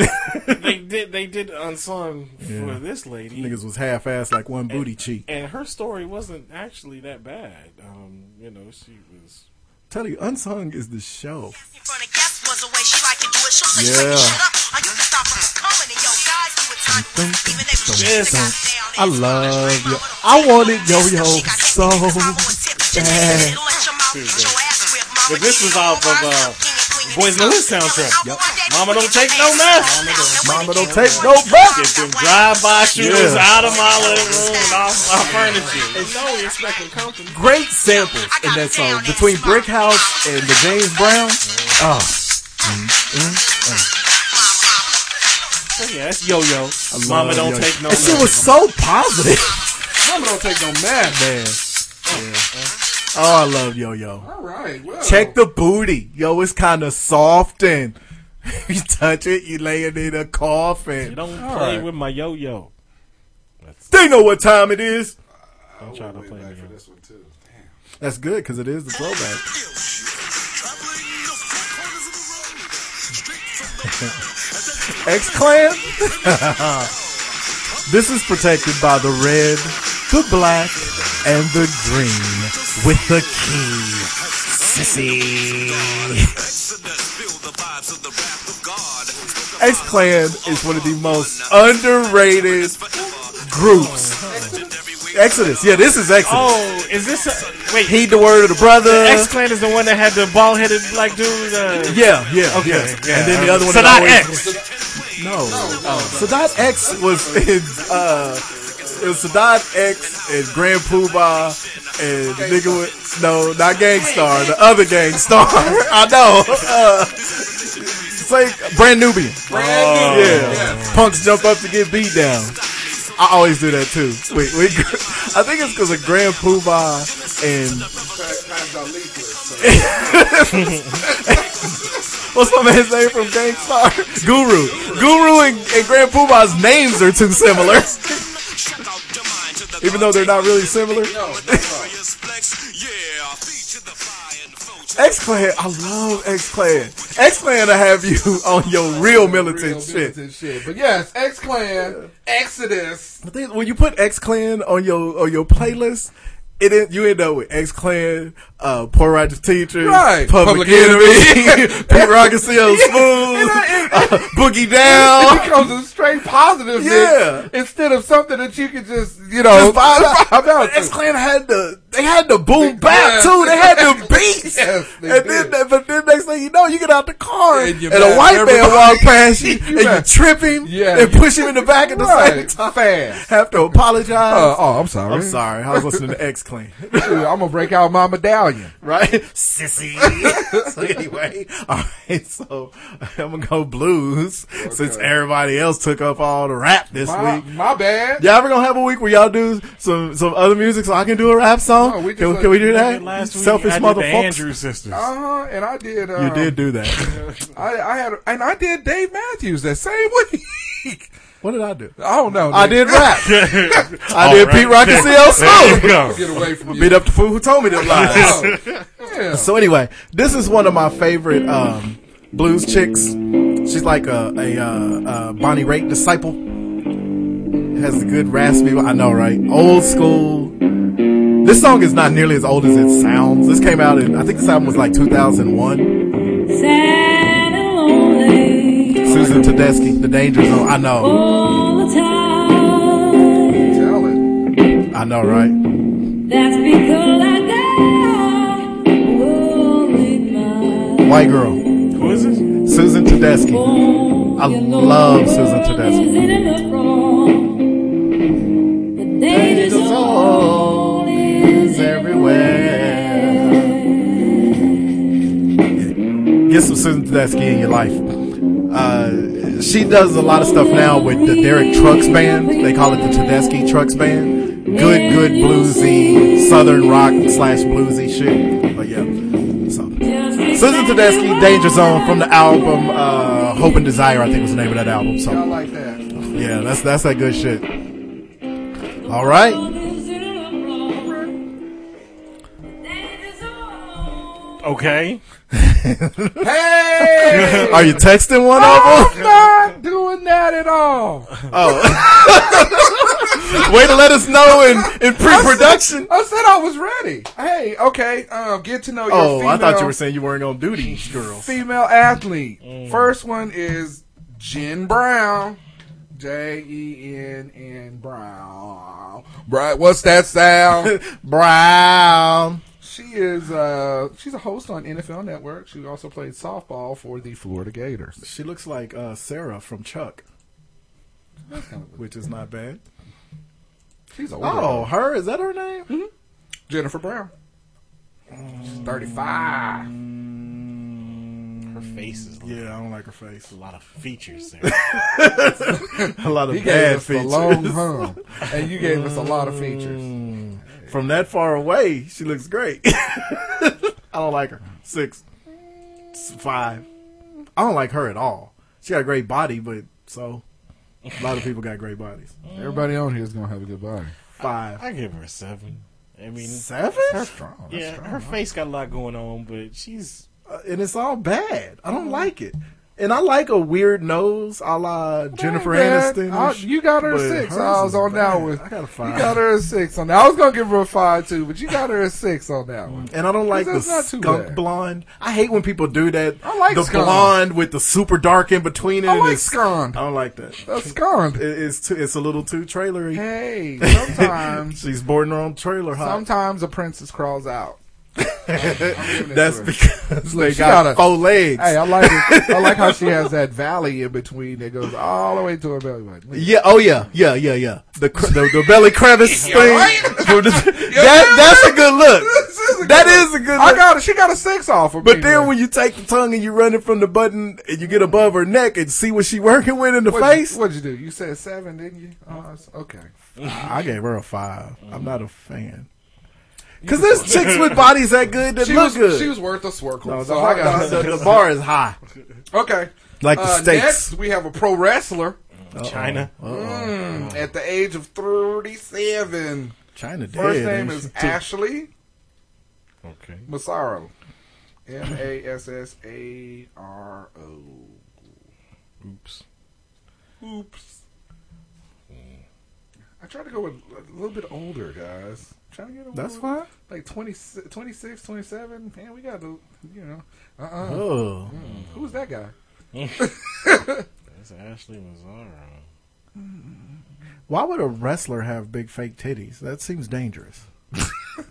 they did they did unsung for this lady. Niggas was half assed like one booty cheek. And her story wasn't actually that bad. Um, you know, she was. Tell you, Unsung is the show. In front of guests was a way she liked to do it. She'll say, Yeah. yeah. shut up. I used to stop her from coming and yo, guys, you would time Dun, with even they was dun, just dun. I love yo. I wanted yo-yo so bad. But this was off of, uh, Boys in the Hood soundtrack. Mama Don't Take No Mess. Mama Don't Take No Mess. Get them drive-by shooters Yeah. out of my living room and off my furniture. You know we expecting company. Great samples in that song between Brick House and the James Brown. Oh, So yeah, that's Yo-Yo. Mama Don't yo. Take No And she was Mess. so positive. Mama don't take no mess. Man. Oh, I love Yo Yo. All right. Well, Check the booty. Yo, it's kind of soft and you touch it, you lay it in a coffin. You don't play with my yo yo. They know what time it is. Don't try to play me. yo. That's good because it is the throwback. X Clan. this is protected by the red, the black, and the green with the key. Sissy. X Clan is one of the most underrated groups. Exodus. Yeah, this is Exodus. Oh, is this a, wait? Heed the word of the brother. X Clan is the one that had the bald headed black dude. Uh, Yeah, yeah, okay. Yeah, yeah. And then the other one. that Sadat always- X. No. Sadat X was in. Uh, it was Sadat X and Grand Poobah and the nigga with no, not Gangstar, the other Gangstar. I know. Uh, it's like brand newbie. Brand new. Yeah. Punks jump up to get beat down. I always do that too. Wait, we, I think it's because of Grand Poobah and What's my man's name from Gangstar? Guru. Guru and, and Grand Poobah's names are too similar. Even though they're not really similar. X Clan, I love X Clan. X Clan to have you on your real militant Real shit. militant shit. But yes, X Clan, Exodus. The thing is, when you put X Clan on your on your playlist, it en- you end up with X Clan, uh, Poor Righteous Teachers, Right. Public Public, Enemy, Pete Rock and CL Smooth, uh, Boogie Down. It becomes a straight positive. Oh. Yeah. Instead of something that you could just, you know, Oh. Just vibe about X Clan had the they had the boom bap Yeah. too. They had the beats. Yes, they and did. then but then next thing you know, you get out the car And and, you a mad white at man everybody. walk past you, and you mad. trip him Yeah, and you- push him in the back at the same Right. time. Fast. Have to apologize. Uh, oh, I'm sorry. I'm sorry. I was listening to X Clan. Dude, I'm gonna break out my medallion. right? Sissy. so anyway, all right. So I'm gonna go blues since everybody else took up all the rap this My, week. my bad. Y'all ever gonna have a week where y'all do some some other music so I can do a rap song? No, we just can, let can we you do do that? Last week, Selfish I did the motherfucker. Andrew sisters. Uh huh. And I did. Uh, You did do that. I, I had, and I did Dave Matthews that same week. what did I do? I don't know. I nigga. did rap. I All did right. Pete Rock and CL There you Smooth. go. Get away from you. Beat up the fool who told me them lies. Oh, yeah. So anyway, this is one of my favorite um, blues chicks. She's like a, a, uh uh Bonnie Raitt disciple. Has a good raspy. I know, right? Old school. This song is not nearly as old as it sounds. This came out in I think this album was like 2001. Sad and lonely Susan Tedeschi, The Danger Zone. I know, all the time. Tell it. I know, right? That's because I got only my White girl, Who is this? Susan Tedeschi. own. I You know love the Susan world Tedeschi. is in and of wrong. The danger zone is everywhere. get some Susan Tedeschi in your life. Uh, she does a lot of stuff now with the Derek Trucks Band. They call it the Tedeschi Trucks Band. Good, good bluesy, southern rock slash bluesy shit. But yeah, so. Susan Tedeschi, Danger Zone from the album uh, Hope and Desire, I think was the name of that album. I So like that. yeah, that's that's that good shit. All right, Okay. Hey, are you texting one of I'm them? Oh. not doing that at all. Way to let us know in in pre-production. I said I was ready. Hey, okay. Um, get to know your Oh, female, I thought you were saying you weren't on duty, girl. female athlete. First one is Jen Brown. J E N N Brown. Right, what's that sound? Brown. she is uh she's a host on NFL Network. She also played softball for the Florida Gators. She looks like uh, Sarah from Chuck, which is not bad. She's older. Oh, Oh, her is that her name? Mm-hmm. Jennifer Brown. She's 35. Her face is like Yeah, I don't like her face. a lot of features there. A lot of He gave bad us a long features. hum. And you gave us a lot of features. From that far away, she looks great. I don't like her. Six, S- five. I don't like her at all. She got a great body, but so a lot of people got great bodies. Everybody on here is gonna have a good body. Five. I give her a seven. I mean, Seven? Her, strong. Yeah, her face got a lot going on, but she's Uh, and it's all bad. I don't like it. And I like a weird nose, a la Jennifer Bad. Aniston. I- you got her a but six. hers I was is on that bad. one. I got a You five. got her a six on that. I was gonna give her a five too, but you got her a six on that one. And I don't like the That's not too skunk bad. blonde. I hate when people do that. I like the skunk. blonde with the super dark in between it. I and like it's- skunk. I don't like that. That's gone. It- It's too, it's a little too trailery. Hey, sometimes She's bordering on trailer hot. sometimes a princess crawls out. That's because they She got, got a- four legs. Hey, I like it. I like how she has that valley in between that goes all the way to her belly button. Yeah. Oh yeah. Yeah. Yeah. Yeah. The cr- the, the belly crevice thing. that that's a good look. That is a good I look. got it. She got a six off of me. But then when you take the tongue and you run it from the button and you get above her neck and see what she working with in the what'd face. You, what'd you do? You said seven, didn't you? Oh, that's- okay. I gave her a 5 i I'm not a fan. Cause there's chicks with bodies that good that She look was, good. she was worth a swirkle. No, the, so I bar- got the- the bar is high. Okay. Like the Uh, stakes. Next, we have a pro wrestler China. Uh-uh. mm, at the age of 37. China dead. First name ain't is she? Ashley Okay. Massaro. M A S S A R O. Oops. Oops. I tried to go with a little bit older, guys. Trying to get a That's little- fine. Like 20, 26, 27. Man, we got to, you know. Uh uh Oh, Who's that guy? That's Ashley Mazzaro. why would a wrestler have big fake titties? That seems dangerous.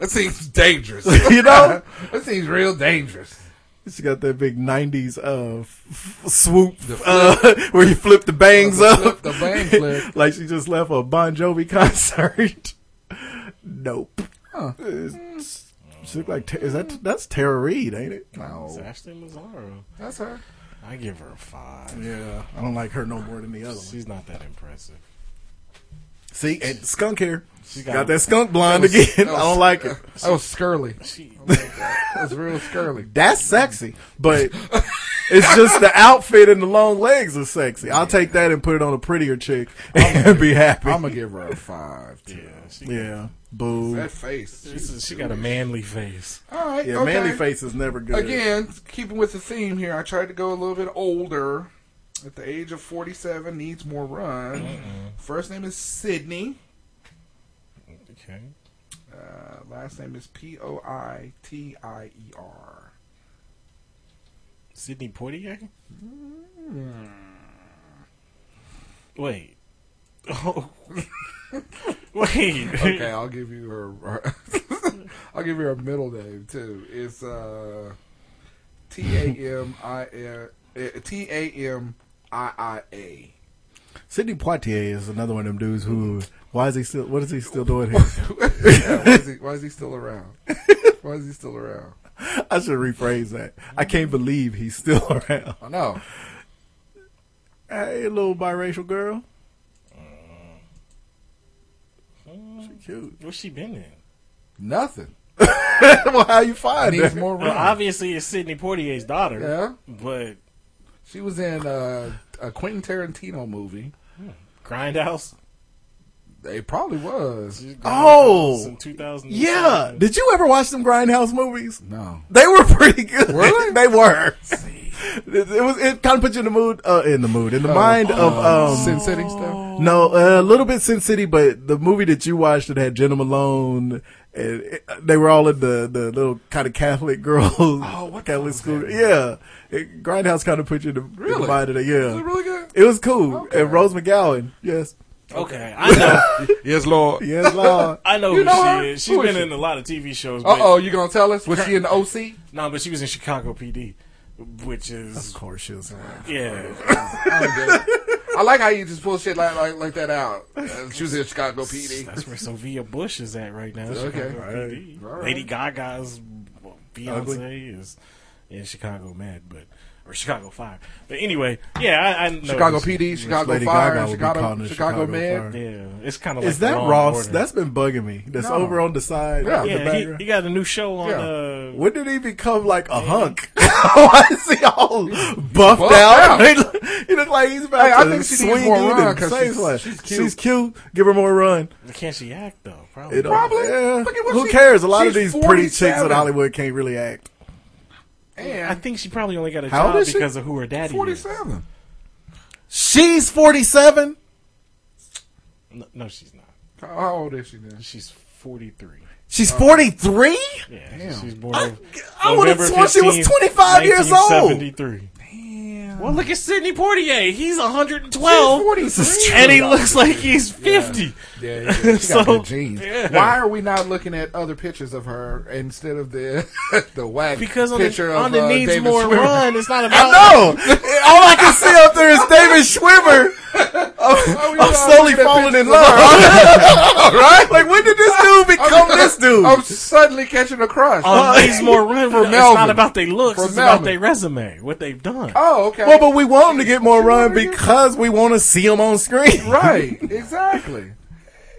That seems dangerous. you know, that seems real dangerous. she got that big '90s uh, f- swoop uh, where you flip the bangs The flip, up, the bang flip. like she just left a Bon Jovi concert. nope. It's- She look like Ter- is that that's Tara Reid, ain't it? It's Hmm. No, Ashley Mazzaro. that's her. I give her a five. Yeah, I don't like her no more than the other one. She's not that impressive. See, and skunk hair. She Got that skunk blonde again. I don't like it. That was scurly. She, That was real scurly. That's sexy, but it's just the outfit and the long legs are sexy. I'll take that and put it on a prettier chick and be happy. I'm gonna give her a five. Too. yeah, she, yeah, boo. That face. this is- she got a manly face. All right. yeah, okay. manly face is never good. Again, keeping with the theme here, I tried to go a little bit older. At the age of 47, needs more run. First name is Sydney. Okay. Uh, last name is P O I T I E R. Sydney Poitier? Wait. Oh. Wait. Okay, I'll give you her. her- I'll give you her middle name too. It's uh, T A M I A eh, T A M I I A. Sidney Poitier is another one of them dudes who. Why is he still? What is he still doing here? Yeah, Why is he- why is he still around? Why is he still around? I should rephrase that. I can't believe he's still around. I know. Hey, little biracial girl. Mm-hmm. She cute. What's she been in? Nothing. well, how you find Needs her? more Well, run. obviously it's Sydney Poitier's daughter. Yeah. But She was in uh, a Quentin Tarantino movie. Grindhouse? They probably was. Oh. In 2000. Yeah. Did you ever watch them Grindhouse movies? No. They were pretty good. Were they? they were. It, it was. It kind of put you in the mood. Uh, in the mood. In the mind of. Um, Oh, Sin City stuff. no, uh, a little bit Sin City, but the movie that you watched that had Jenna Malone, and it, they were all at the, the little kind of Catholic girls. Oh, what the fuck Catholic was school? that? Yeah, it, Grindhouse kind of put you in the, in the Really? mind of the yeah. Was it really good? It was cool. Okay. And Rose McGowan, yes, Okay. I know. Yes, Lord. Oh. yes, Lord. I know You who know she her? is. She's Who is been she? in a lot of TV shows. Uh but- oh, you gonna tell us? Was she in the OC? No, but she was in Chicago PD, which of is course, she was. yeah. I like how you just pull shit like like, like that out. Uh, she was in Chicago PD. That's where Sophia Bush is at right now. Okay. Chicago All PD. All right. Lady Gaga's Ugly. Beyonce is in Chicago Mad, but or Chicago Fire. But anyway, yeah, I, I know Chicago this- PD, Chicago Lady Fire, Gaga would be calling Chicago it Chicago Chicago Med. Fire. Yeah, it's kind of like Is that Law and Ross? Order. That's been bugging me. That's No. over on the side. Yeah. in the yeah. He, background. he got a new show on. Yeah. Uh, when did he become like a hunk? Why is he all buffed, Buffed out. out? he look- he look like he's about Hey, to I think she needs swing more you run to 'cause save she's- life. she's she's, cute. cute. Give her more run. Can't she act though? Probably. It don't- Probably. yeah. Look at what Who she- cares? A lot of she's these pretty chicks 47. in Hollywood can't really act. I think she probably only got a How old job is she? because of who her daddy is. 47. She's forty seven. No, no, she's not. How old is she then? She's 43. She's forty three. Yeah, she's born. I, I would've sworn she was 25 years old. 73. Well, look at Sidney Poitier. He's 112, and he looks like he's 50. Yeah, yeah, yeah. She got So- good genes. yeah. Why are we not looking at other pictures of her instead of the the whack Because on picture the, of on the uh, needs David more Schwimmer? run, it's not about. I know. All I can see up there is David Schwimmer. Oh, I'm, I'm slowly falling in love. All right. Like when did this dude become this dude? I'm suddenly catching a crush. On needs more run, it's not Melvin. about their looks. For it's about Melvin. their resume, what they've done. oh, okay. well, but we want him to get more run because we want to see him on screen. right, exactly.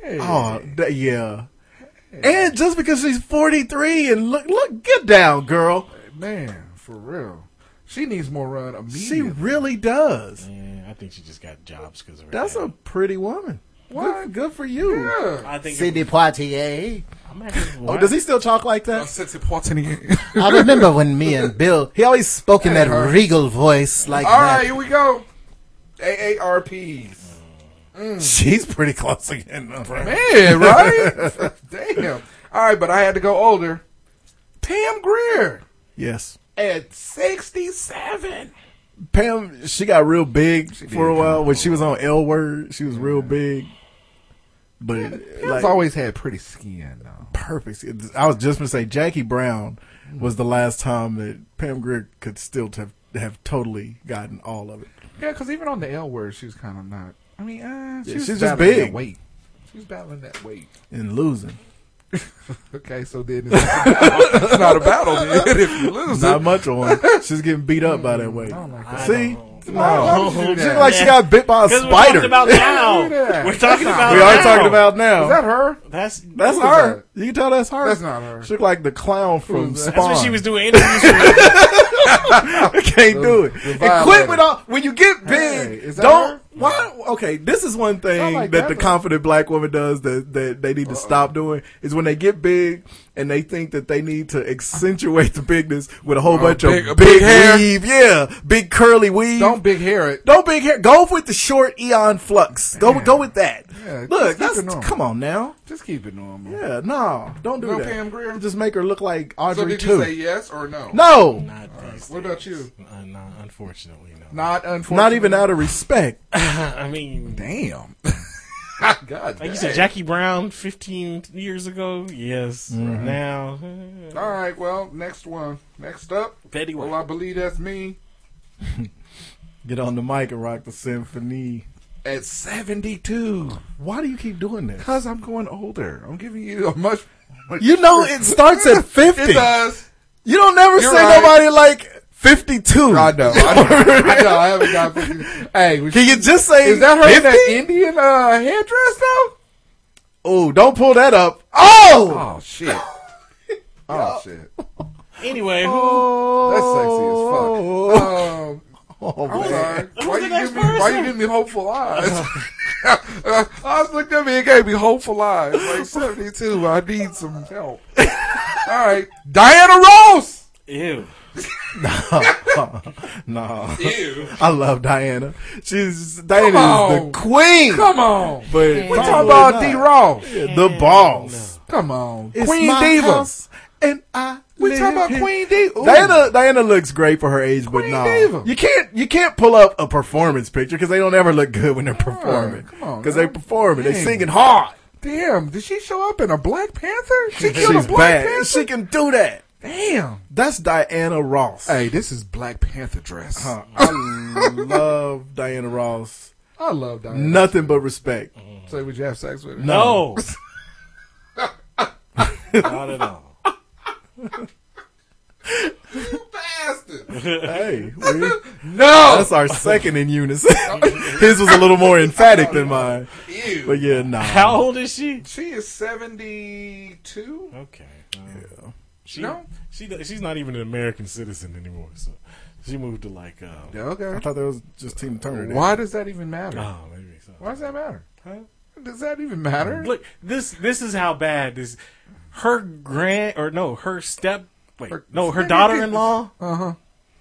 Oh, th- yeah. And just because she's 43 and look, look, get down, girl. Man, for real, she needs more run She immediately. really does. Yeah, I think she just got jobs because of her. That's a dad. pretty woman. What? Good, good for you. Yeah. I think. It, Sidney Poitier. I'm actually, Oh, does he still talk like that? Sexy Poitier. I remember when me and Bill, he always spoke in that her. regal voice like All that. right, here we go. AARPs. She's pretty close again. though. Man, right? Damn. All right, but I had to go older. Pam Greer Yes. at 67. Pam, she got real big for a did while when she was on L Word. She was real big, but Pam's like always had pretty skin, though. perfect. It- I was just gonna say Jackie Brown Mm-hmm. was the last time that Pam Grier could still t- have have totally gotten all of it. Yeah, because even on the L word, she was kind of not. I mean, uh, she Yeah, was she's just battling big. That weight. She was battling that weight. And losing, Okay, so then it's, it's not a battle, then, if you lose. not much on. She's getting beat up by that way. See, Why no, would you do she looked that? like she got bit by a Because we're talking spider. about now. Yeah. We're talking about. we are now. talking about Is that now. her? That's that's That's Who is her. You can tell that's her. That's not her. She looked like the clown from Who's that? Spawn. when she was doing interviews. with- I can't do it. the And quit violator. with all when you get Hey, big. is that don't her? why? Okay, this is one thing like that, that, the though. confident black woman does that that they need to stop doing is when they get big and they think that they need to accentuate the bigness with a whole bunch Uh, big- of a big, big hair? weave. Yeah, big curly weave. Don't big hair it. Don't big hair. Go with the short eon flux. Go Man. go with that. Yeah, just Look, keep that's it normal. come on now. Just keep it normal. Yeah, no, don't do No that. Pam Grier? Just make her look like So Audrey did you too. say yes or no? no, Not these What about you? days. Uh, no, unfortunately, no. Not unfortunately. not even out of respect. I mean, Damn. God. like you said, Jackie Brown 15 years ago. Yes. Now, eh, All right. Well, next one. Next up. Betty White. Well, I believe that's me Get on the mic and rock the symphony. at seventy-two. Why do you keep doing this? Cause I'm going older. I'm giving you a much. You know it starts at 50. It does. You don't never uh, You're say right. nobody like 52. I know. I know. I know. I haven't got. Hey, we- Can you just say is that her in 50? that Indian uh, headdress though? Oh, don't pull that up. Oh! Oh shit. Oh shit. anyway, Oh, That's sexy as fuck. Um, Oh, I'm sorry. Why you, the next give me, why you person? give me hopeful eyes? I just looked at me and gave me hopeful eyes. Like 72, I need some help. All right. Diana Ross! who? Ew. No. I love Diana. She's Diana is the on. queen. Come on. But We're talking about D Ross. the boss. Come on. It's Queen my Diva. house And I We talking live about here. Queen Diva. Ooh. Diana Diana looks great for her age, but Queen no, Diva. you can't you can't pull up a performance picture because they don't ever look good when they're performing. come on, because now. they performing, they Dang. singing hard. Damn, did she show up in a Black Panther? She killed She's a Black bad. Panther? She can do that. Damn. That's Diana Ross. Hey, this is Black Panther dress. Uh, I love Diana Ross. I love Diana. Nothing but respect. Say, would you have sex with her? No. Not at all. Bastard. Hey, we, No. that's our second in unison. His was a little more emphatic than mine, Ew. but yeah, nah. How old is she? She is 72. Okay. uh, She, she she's not even an American citizen anymore. So she moved to like um, Yeah, okay. I thought that was just Tina Turner. then. Why does that even matter? Oh, maybe so. Why does that matter? Does that even matter? Look, this this is how bad this her grand or no her step wait no her daughter in law Uh huh.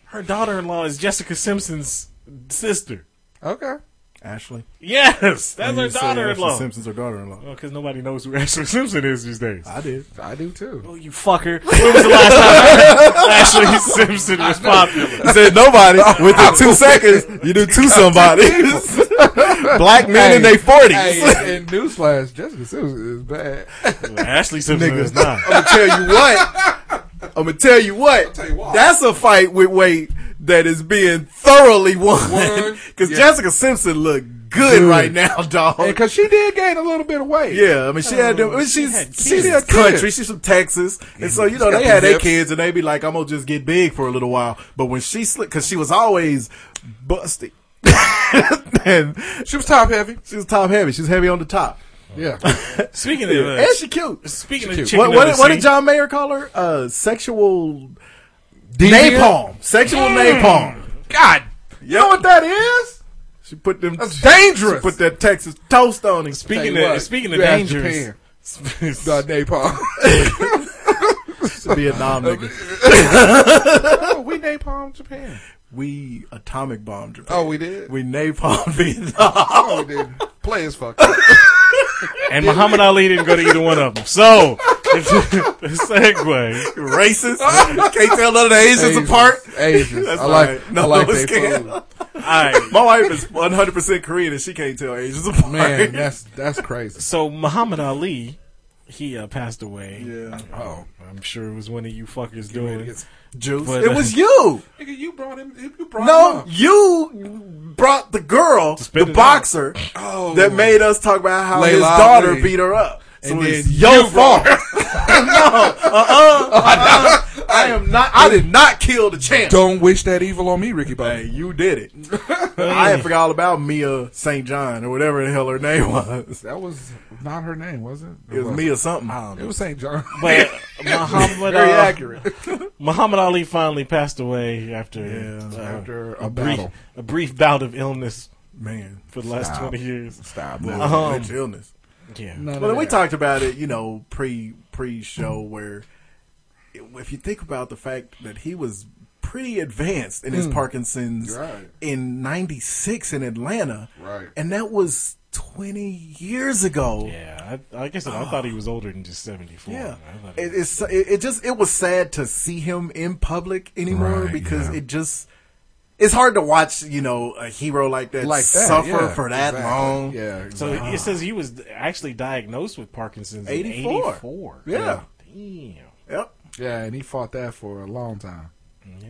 her daughter in law is Jessica Simpson's sister. Okay. Ashley. Yes, I that's her used to say daughter in Ashley law. Simpson's her daughter-in-law. Because nobody knows who Ashley Simpson is these days. I did. I do too. Oh, you fucker! When was the last time Ashley Simpson was popular? You said nobody within two seconds. You do two somebody. Black men in their forties. Hey, and newsflash, Jessica Simpson is bad. Ashley Simpson is not. I'm gonna tell you what. I'm gonna tell you what. That's a fight with weight that is being thoroughly won. Won. Because Yeah. Jessica Simpson look good Dude. right now, dog. Because Oh, she did gain a little bit of weight. yeah, I mean, she had them. I mean, had she's kids. she's She had country. kids. She's from Texas, and so you know She got they had them their hips. kids, and they be like, "I'm gonna just get big for a little while." But when she slick, because she was always busty, and she was top heavy. She was top heavy. She was heavy on the top. Yeah. Speaking of, uh, and she cute. Speaking She of cute. chicken, eh? what, of what, did- the what did sea- John Mayer call her? Uh, sexual Deviant? napalm. Sexual Mm. napalm. God, you know what that is? She put them. That's dangerous. She put that Texas toast on him. Speaking Tell you of what, speaking you of ask dangerous, Japan. Nah, napalm. Vietnam nigga. oh, we napalm Japan. We atomic bombed Japan. Oh, we did. We napalm Vietnam. Oh, we did. Play as fuck. and Muhammad Ali didn't go to either one of them. So it's the segue. Racist. Can't tell none of the Asians, apart. Asians. That's I like. right. No, I like it's they good. food. All right. My wife is 100% Korean and she can't tell Asians apart. Man, that's that's crazy. So Muhammad Ali, he uh, passed away. yeah. Oh, I'm sure it was one of you fuckers doing it. Juice. But, it uh, was you. nigga, you brought him. You brought No, you brought the girl, spit the it boxer, Oh. that made us talk about how his Layla daughter Ali. beat her up. So And it's then your you fault. no, uh, uh I am not. I did not kill the champ. Don't wish that evil on me, Ricky Bobby. Hey, you did it. I had forgot all about Mia St. John or whatever the hell her name was. That was not her name, was it? It was Mia something. I don't know. It was St. John. But Muhammad, Very uh, accurate. Muhammad Ali finally passed away after Yeah, uh, after a, a brief battle. a brief bout of illness Man, for the last twenty years. stop that. Um, Mental illness. Yeah. Well, then we talked about it, you know, pre pre show where if you think about the fact that he was pretty advanced in his Parkinson's Hmm. Right. in 96 in Atlanta. Right. And that was 20 years ago. Yeah, I, I guess I thought he was older than just seventy four. Yeah, it, it's it, it just it was sad to see him in public anymore Right, because yeah. it just it's hard to watch you know a hero like that like that, suffer yeah, for that exactly. long. Yeah, exactly. So it says he was actually diagnosed with Parkinson's 84. in 84. Yeah. Damn. Yep. yeah, and he fought that for a long time. Yeah.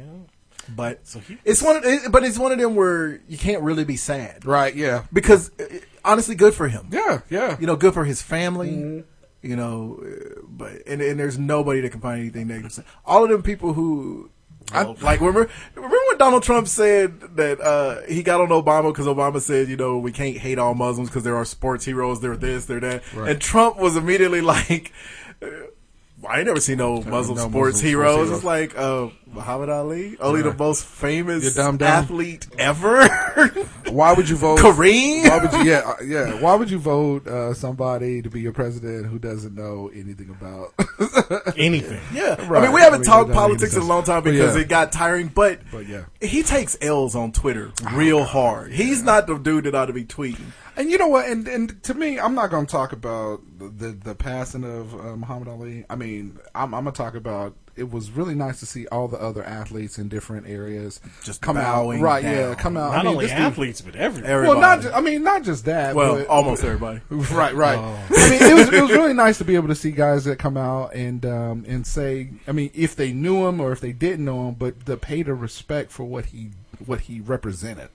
But So he it's one of it, but it's one of them where you can't really be sad Right? Yeah. because uh, honestly, good for him. Yeah. Yeah. You know, good for his family. You know, uh, but and and there's nobody that can find anything negative. All of them people who. I, like remember, remember when Donald Trump said that uh, he got on Obama because Obama said, you know, we can't hate all Muslims because there are sports heroes, they're this, they're that, Right. and Trump was immediately like, uh, I ain't never seen no Muslim no sports Muslim heroes. sports It's like uh, Muhammad Ali, only the most You famous dumb dumb. athlete ever. Why would you vote Kareem? Why would you? Yeah. uh, Yeah. Why would you vote uh, somebody to be your president who doesn't know anything about? anything. Yeah, Right. I mean, we haven't I mean, talked that doesn't politics make in a long time sense. But because yeah. it got tiring. But, But yeah. Oh, he takes L's on Twitter real hard. He's not the dude that ought to be tweeting. and you know what? And and to me, I'm not going to talk about the the, the passing of uh, Muhammad Ali. I mean, I'm, I'm going to talk about. It was really nice to see all the other athletes in different areas Just come bowing out. Right? down. Yeah, come out. Not I mean, only this dude- athletes, but everything. Everybody. well, not. Just, I mean, not just that. well, but- almost everybody. Right, right. Oh. I mean, it was it was really nice to be able to see guys that come out and um, and say, I mean, if they knew him or if they didn't know him, but to pay the respect for what he what he represented.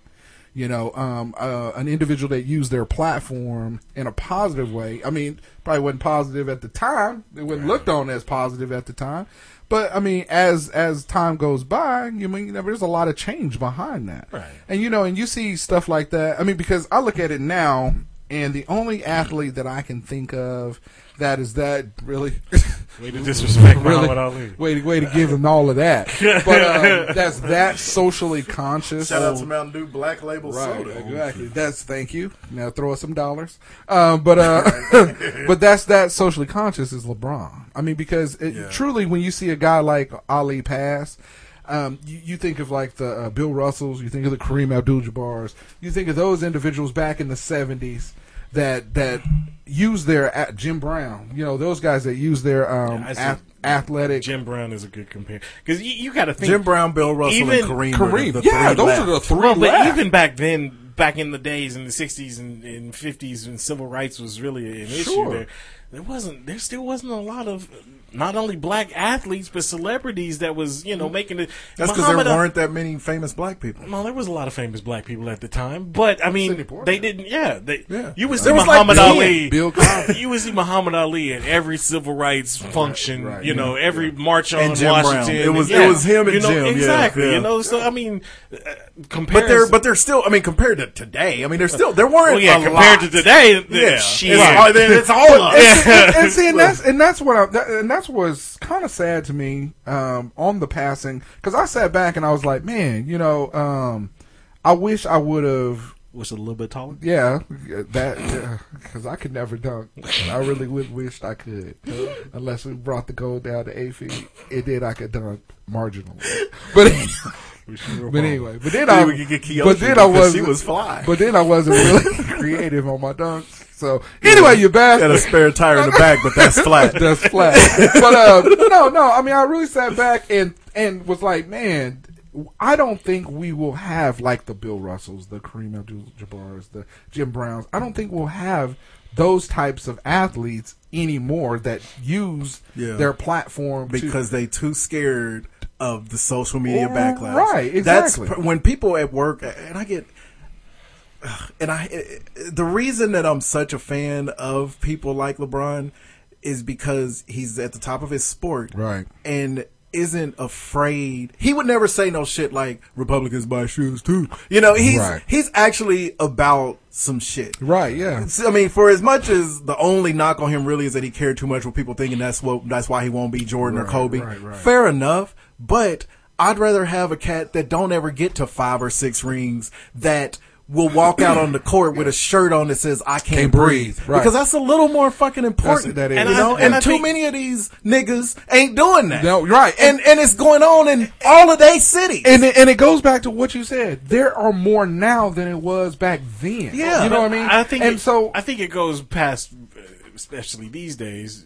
You know, um, uh, an individual that used their platform in a positive way. I mean, probably wasn't positive at the time. It wasn't looked on as positive at the time. But I mean, as as time goes by, you mean you know, there's a lot of change behind that. Right. And you know, and you see stuff like that. I mean, because I look at it now And the only athlete that I can think of that is that really way to disrespect Muhammad Ali. Way to way to give him all of that. But um, that's that socially conscious. Shout out to Mountain Dew Black Label right, Soda. Exactly. That's thank you. Now throw us some dollars. Uh, but uh, but that's that socially conscious is LeBron. I mean, because it, Yeah. truly, when you see a guy like Ali pass. Um, you, you think of like the uh, Bill Russells, you think of the Kareem Abdul-Jabbar's, you think of those individuals back in the '70s that that use their at Jim Brown, you know, those guys that use their um, I see. ath- athletic. Jim Brown is a good compare because you, you got to think Jim Brown, Bill Russell, even and Kareem. Kareem. Are the Yeah, three those left. are the three. Well, but left. even back then, back in the days in the '60s and, and '50s, when civil rights was really an issue, Sure. there there wasn't there still wasn't a lot of not only black athletes but celebrities that was you Mm-hmm. know making it. That's because there Muhammad- weren't that many famous black people. Well, there was a lot of famous black people at the time, but I mean, they didn't. Yeah, they. Yeah. You would see There was like Muhammad Bill- Ali. Bill you would see Muhammad Ali at every civil rights function. right, you yeah, know, every march on And Jim Brown. Washington. It was- yeah, it was him and you know, Jim, yeah, Exactly. yeah. You know, so I mean, uh, compared. But they're but they're still. I mean, compared to today, I mean, they're still there weren't. well, yeah, a compared lot. to today, the, yeah, shit. It's, oh, all- then it's all up. and, and see, and that's and that's what I, that, and that's what's kind of sad to me um, on the passing because I sat back and I was like, man, you know, um, I wish I would have. was a little bit taller. Yeah, that because I could never dunk. I really would wished I could, unless we brought the goal down to eight feet. It did. I could dunk marginally, but but anyway, but then Maybe I we could get Keosha but then I because was she was fly. But then I wasn't really creative on my dunks. So anyway, you bastard. Got a spare tire in the back, but that's flat. That's flat. but uh, no, no. I mean, I really sat back and and was like, man, I don't think we will have like the Bill Russells, the Kareem Abdul-Jabbar's, the Jim Browns. I don't think we'll have those types of athletes anymore that use Yeah. their platform to- because they too scared of the social media Oh, backlash. right, exactly. That's pr- when people at work and I get ugh, and I eh, the reason that I'm such a fan of people like LeBron is because he's at the top of his sport. Right. And isn't afraid. He would never say no shit like Republicans buy shoes too. You know, he's Right. he's actually about some shit. right. Yeah. So, I mean, for as much as the only knock on him really is that he cared too much with people thinking that's what that's why he won't be Jordan or Kobe. right, right. Fair enough, but I'd rather have a cat that don't ever get to five or six rings that will walk out on the court with a shirt on that says "I can't, Can't breathe, breathe," right. because that's a little more fucking important. that is. You And I- know, and and, I too think- many of these niggas ain't doing that. No, right. and and it's going on in all of they cities. And it, and it goes back to what you said. There are more now than it was back then. Yeah. you know what I mean. I think and it, so I think it goes past, uh, especially these days,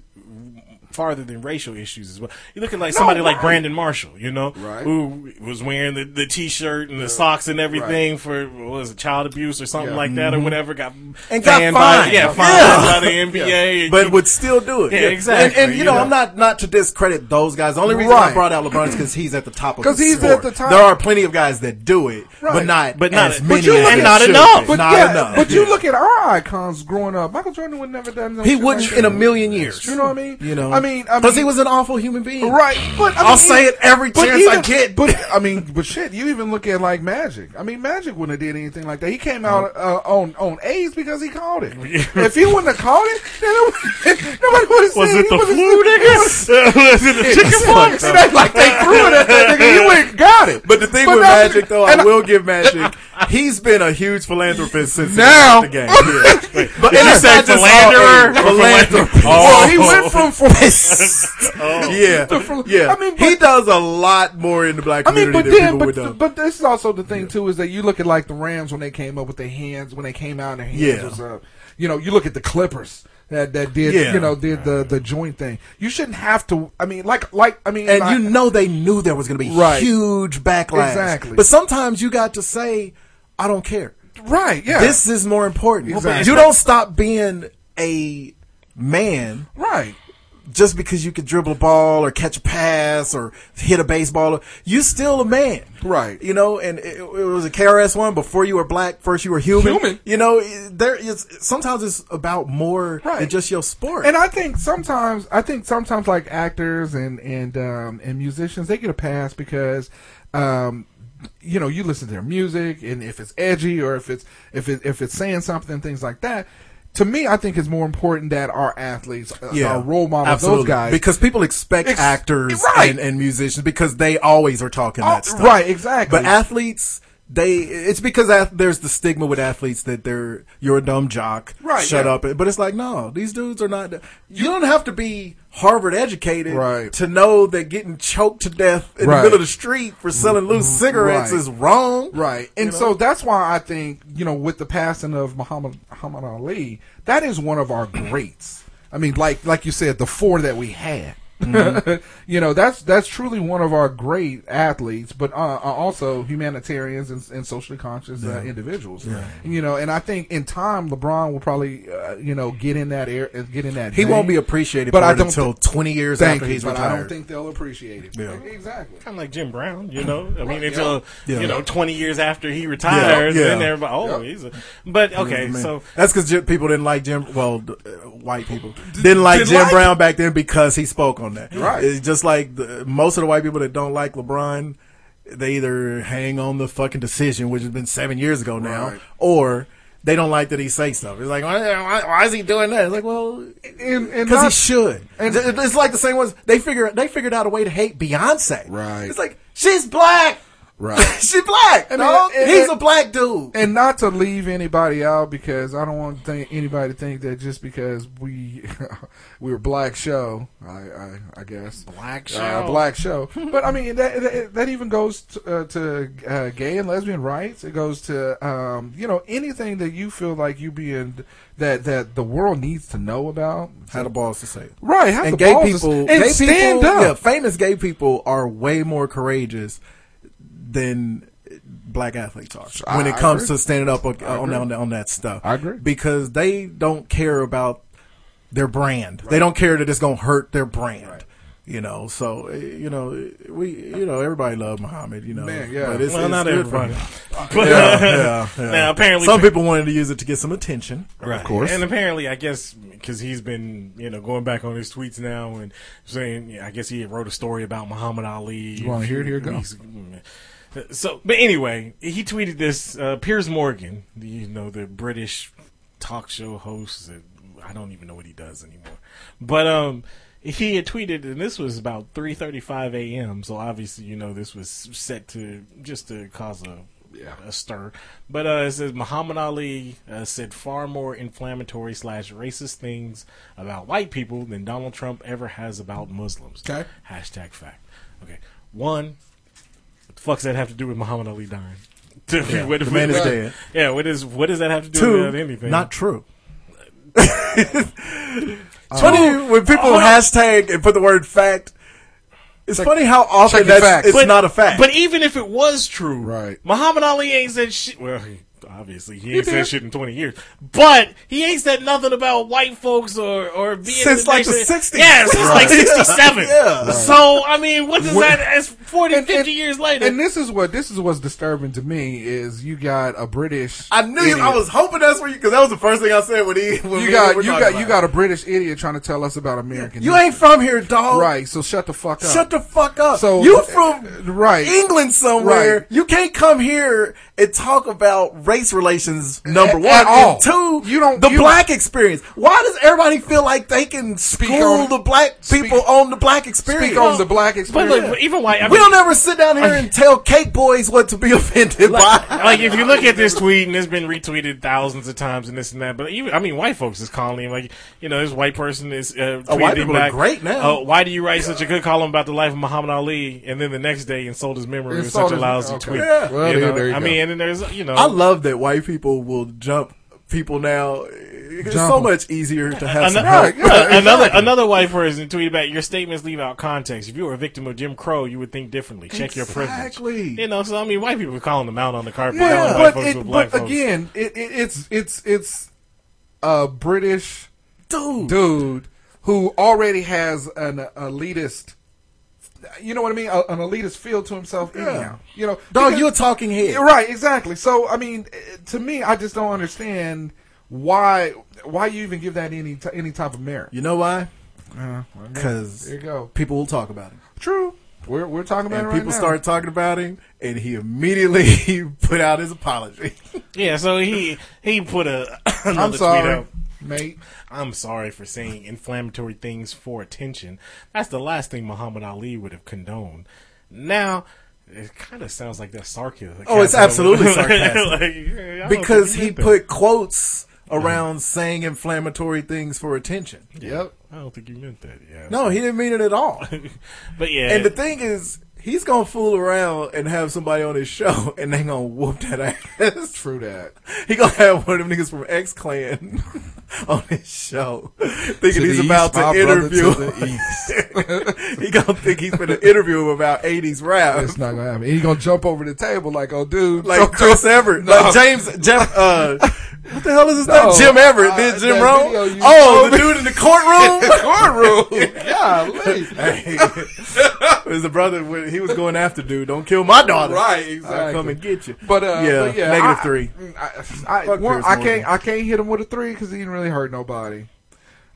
farther than racial issues as well. You look at like somebody like Brandon Marshall, you know, Right. who was wearing the, the t-shirt and the socks and everything for what was it child abuse or something Yeah. like that or whatever got And got banned by- fined. yeah, Yeah. fined by the NBA. and but you- would still do it. Yeah, exactly, And, and you, you know, know. I'm not not to discredit those guys. The only reason I Right. brought out LeBron is because he's at the top of 'Cause the he's sport. at the top. There are plenty of guys that do it, but Right. not But not- as but many you look as at- they not should enough. be. But not yeah, enough. but you look at our icons growing up. Michael Jordan would never done. no he shit wouldn't like in a that. million years. You know what I mean? You know, I mean, I because mean- he was an awful human being. Right, but I I'll say it every but chance I get. But I mean, but shit, you even look at like Magic. I mean, Magic wouldn't have did anything like that. He came out uh, on on A's because he called it. if he wouldn't have called it, then it, nobody would have was said it the he would've- flu, nigga? was it the chicken pox? It ain't like they threw it at that nigga. He went and got it. But the thing with that's- Magic, though, I and will give Magic. He's been a huge philanthropist since Now- he got the game. Yeah. but Did you it's say not just all philanderer age. or Philanthropist. Oh. Well, he went from from yeah, fl- Oh. yeah. I mean, he but- does a lot more in the black I mean, community but than then, people but would know. but this is also the thing too is that you look at like the Rams when they came up with their hands when they came out and their hands Yeah. was up. You know, you look at the Clippers that that did Yeah. you know did the the joint thing. You shouldn't have to. I mean, like like I mean, and I- you know they knew there was going to be Right. huge backlash. Exactly. But sometimes you got to say, "I don't care. right? Yeah, This is more important." Exactly. You don't stop being a man right. just because you could dribble a ball or catch a pass or hit a baseball, you still a man. Right. You know, and it, it was a KRS one before you were black, first you were human. Human. You know, it- there is sometimes it's about more Right. than just your sport. And I think sometimes, I think sometimes like actors and and um, and musicians, they get a pass because, um, you know, you listen to their music, and if it's edgy or if it's if it if it's saying something, things like that. to me, I think it's more important that our athletes, uh, yeah, our role models, absolutely. those guys, because people expect ex- actors right. and, and, musicians because they always are talking oh, that stuff, right? Exactly. But athletes, they it's because ath- there's the stigma with athletes that they're you're a dumb jock, right? Shut yeah. up. But it's like no, these dudes are not. You don't have to be Harvard educated right. to know that getting choked to death in right. the middle of the street for selling loose cigarettes right. is wrong. Mm-hmm. Right. And you know? so that's why I think, you know, with the passing of Muhammad, Muhammad Ali, that is one of our greats. I mean, like like you said, the four that we had. Mm-hmm. you know, that's that's truly one of our great athletes, but uh, also humanitarians and, and socially conscious uh, yeah. individuals. Yeah. You know, and I think in time, LeBron will probably uh, you know get in that air, get in that. He vein, won't be appreciated, but I don't until th- twenty years after you, he's but retired. I don't think they'll appreciate it. Yeah. Exactly. Kind of like Jim Brown, you know. I mean, right, until you know twenty years after he retires, yeah, then everybody, oh, he's a. But okay, so that's because people didn't like Jim. Well, uh, white people didn't like Jim Brown back then because he spoke on that. Right. It's just like the, most of the white people that don't like LeBron, they either hang on the fucking decision, which has been seven years ago now, right. or they don't like that he say stuff. It's like, why, why, why is he doing that? It's like, well, because he should. And it's like the same ones they figure they figured out a way to hate Beyonce. Right. It's like she's black. Right. she black. And, no, and, he's and, a black dude. And not to leave anybody out because I don't want to think, anybody to think that just because we we were black show, I I, I guess black show, uh, black show. but I mean that that, that even goes to, uh, to uh, gay and lesbian rights. It goes to um, you know anything that you feel like you being that that the world needs to know about. Had the balls to say it. Right. and gay people. and gay stand people, up. Yeah, famous gay people are way more courageous than black athletes are I, when it comes to standing up on, on, on, on, that stuff. I agree because they don't care about their brand. Right. They don't care that it's going to hurt their brand. Right. You know, so eh, you know we, you know, everybody loved Muhammad. You know, Man, yeah. But it's, well, it's not everybody. but, yeah, yeah, yeah, Now, apparently, some people wanted to use it to get some attention, right? Of course, and apparently, I guess because he's been, you know, going back on his tweets now and saying, yeah, I guess he wrote a story about Muhammad Ali. mm, You want to hear it? Here it goes. So, but anyway, he tweeted this. Uh, Piers Morgan, you know, the British talk show host. That I don't even know what he does anymore. But um, he had tweeted, and this was about 3:35 a.m. So obviously, you know, this was set to just to cause a yeah. a stir. But uh, it says Muhammad Ali uh, said far more inflammatory slash racist things about white people than Donald Trump ever has about Muslims. Okay. Hashtag fact. Okay. One, fuck's that have to do with Muhammad Ali dying? yeah, what, the man is dead. Yeah, what is what does that have to do Two, with anything? Not true. it's Oh. funny when people uh, hashtag and put the word fact. It's like, funny how often that's facts. it's but, not a fact. But even if it was true, right? Muhammad Ali ain't said shit. Well, he, obviously he ain't he said shit in twenty years, but he ain't said nothing about white folks or or being since the like nation. the sixties. Yeah, since right. like sixty seven. Yeah. Right. So I mean, what does that? As forty and, 50 and, years later. And this is what this is what's disturbing to me is you got a British. I knew you, I was hoping that's where you because that was the first thing I said when he. When you we got you got about. you got a British idiot trying to tell us about American. You history. ain't from here, dog. Right. So shut the fuck up. Shut the fuck up. So you from right England somewhere. Right. You can't come here and talk about race relations. Number one, at, at and two, you don't the you black experience. Why does everybody feel like they can speak on the black people speak, on the black experience? Speak on the black experience. But, but even white, I mean, we don't ever sit down here and tell cake boys what to be offended like, by. Like if you look at this tweet and it's been retweeted thousands of times and this and that, but even I mean, white folks is calling him like you know this white person is uh, tweeting oh, white people back, are great now. Uh, why do you write such a good column about the life of Muhammad Ali and then the next day insult his memory with such a lousy okay. tweet? Yeah. Well, yeah, I mean, and then there's you know, I love that white people will jump people now. It's so much easier to have another, yeah, exactly. another another white person tweeted back. Your statements leave out context. If you were a victim of Jim Crow, you would think differently. Check exactly. your privilege. You know, so I mean, white people calling them out on the carpet. Yeah, but, it, but again, it, it, it's it's it's a British dude dude who already has an elitist you know what I mean? an elitist feel to himself. Yeah. Anyhow. You know, dog, you're talking head. Right, exactly. So, I mean, to me, I just don't understand why why you even give that any t- any type of merit. You know why? Because uh, well, people will talk about it. True. We're, we're talking about and right people now. started talking about him, and he immediately put out his apology. yeah, so he he put a another I'm sorry. tweet out. mate. I'm sorry for saying inflammatory things for attention. That's the last thing Muhammad Ali would have condoned. Now, it kind of sounds like that's sarcasm. Oh, it's absolutely Like, sarcastic. yeah, I don't because think he meant that. put quotes around saying inflammatory things for attention. Yep. I don't think you meant that. Yeah. No, he didn't mean it at all. But yeah. And the thing is, he's gonna fool around and have somebody on his show, and they gonna whoop that ass. True that. He gonna have one of them niggas from X Clan on his show, thinking To the he's east, about my to brother, interview. to the he gonna think he's gonna interview him about '80s rap, It's not gonna happen. He gonna jump over the table like, oh, dude, like don't Chris do- Everett, No. like James Jeff. Uh, what the hell is his No. name? Jim Everett Uh, did Jim that wrong? video you Oh, showed the me. dude in the courtroom. courtroom. Golly. Hey, it was the brother when he was going after dude. Don't kill my daughter. Right, I'll exactly. come and get you. But uh, yeah, but yeah negative I- three. I, I, Fuck one, Chris I Morgan. can't I can't hit him with a three because he didn't really hurt nobody.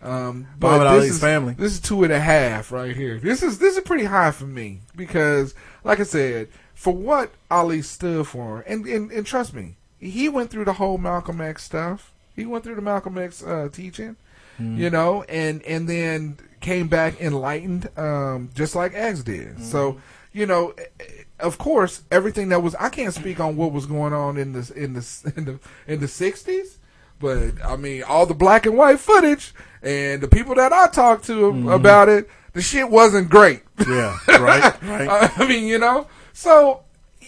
Um, but Muhammad this Ali's is, family. This is two and a half right here. This is this is pretty high for me because, like I said, for what Ali stood for, and and, and trust me, he went through the whole Malcolm X stuff. He went through the Malcolm X uh, teaching, you know, and and then came back enlightened, um, just like X did. So, you know, eh, eh, of course, everything that was I can't speak on what was going on in this in this in the in the sixties, but I mean, all the black and white footage and the people that I talked to about it, the shit wasn't great. Mm-hmm. Yeah, right, right. I mean, you know, so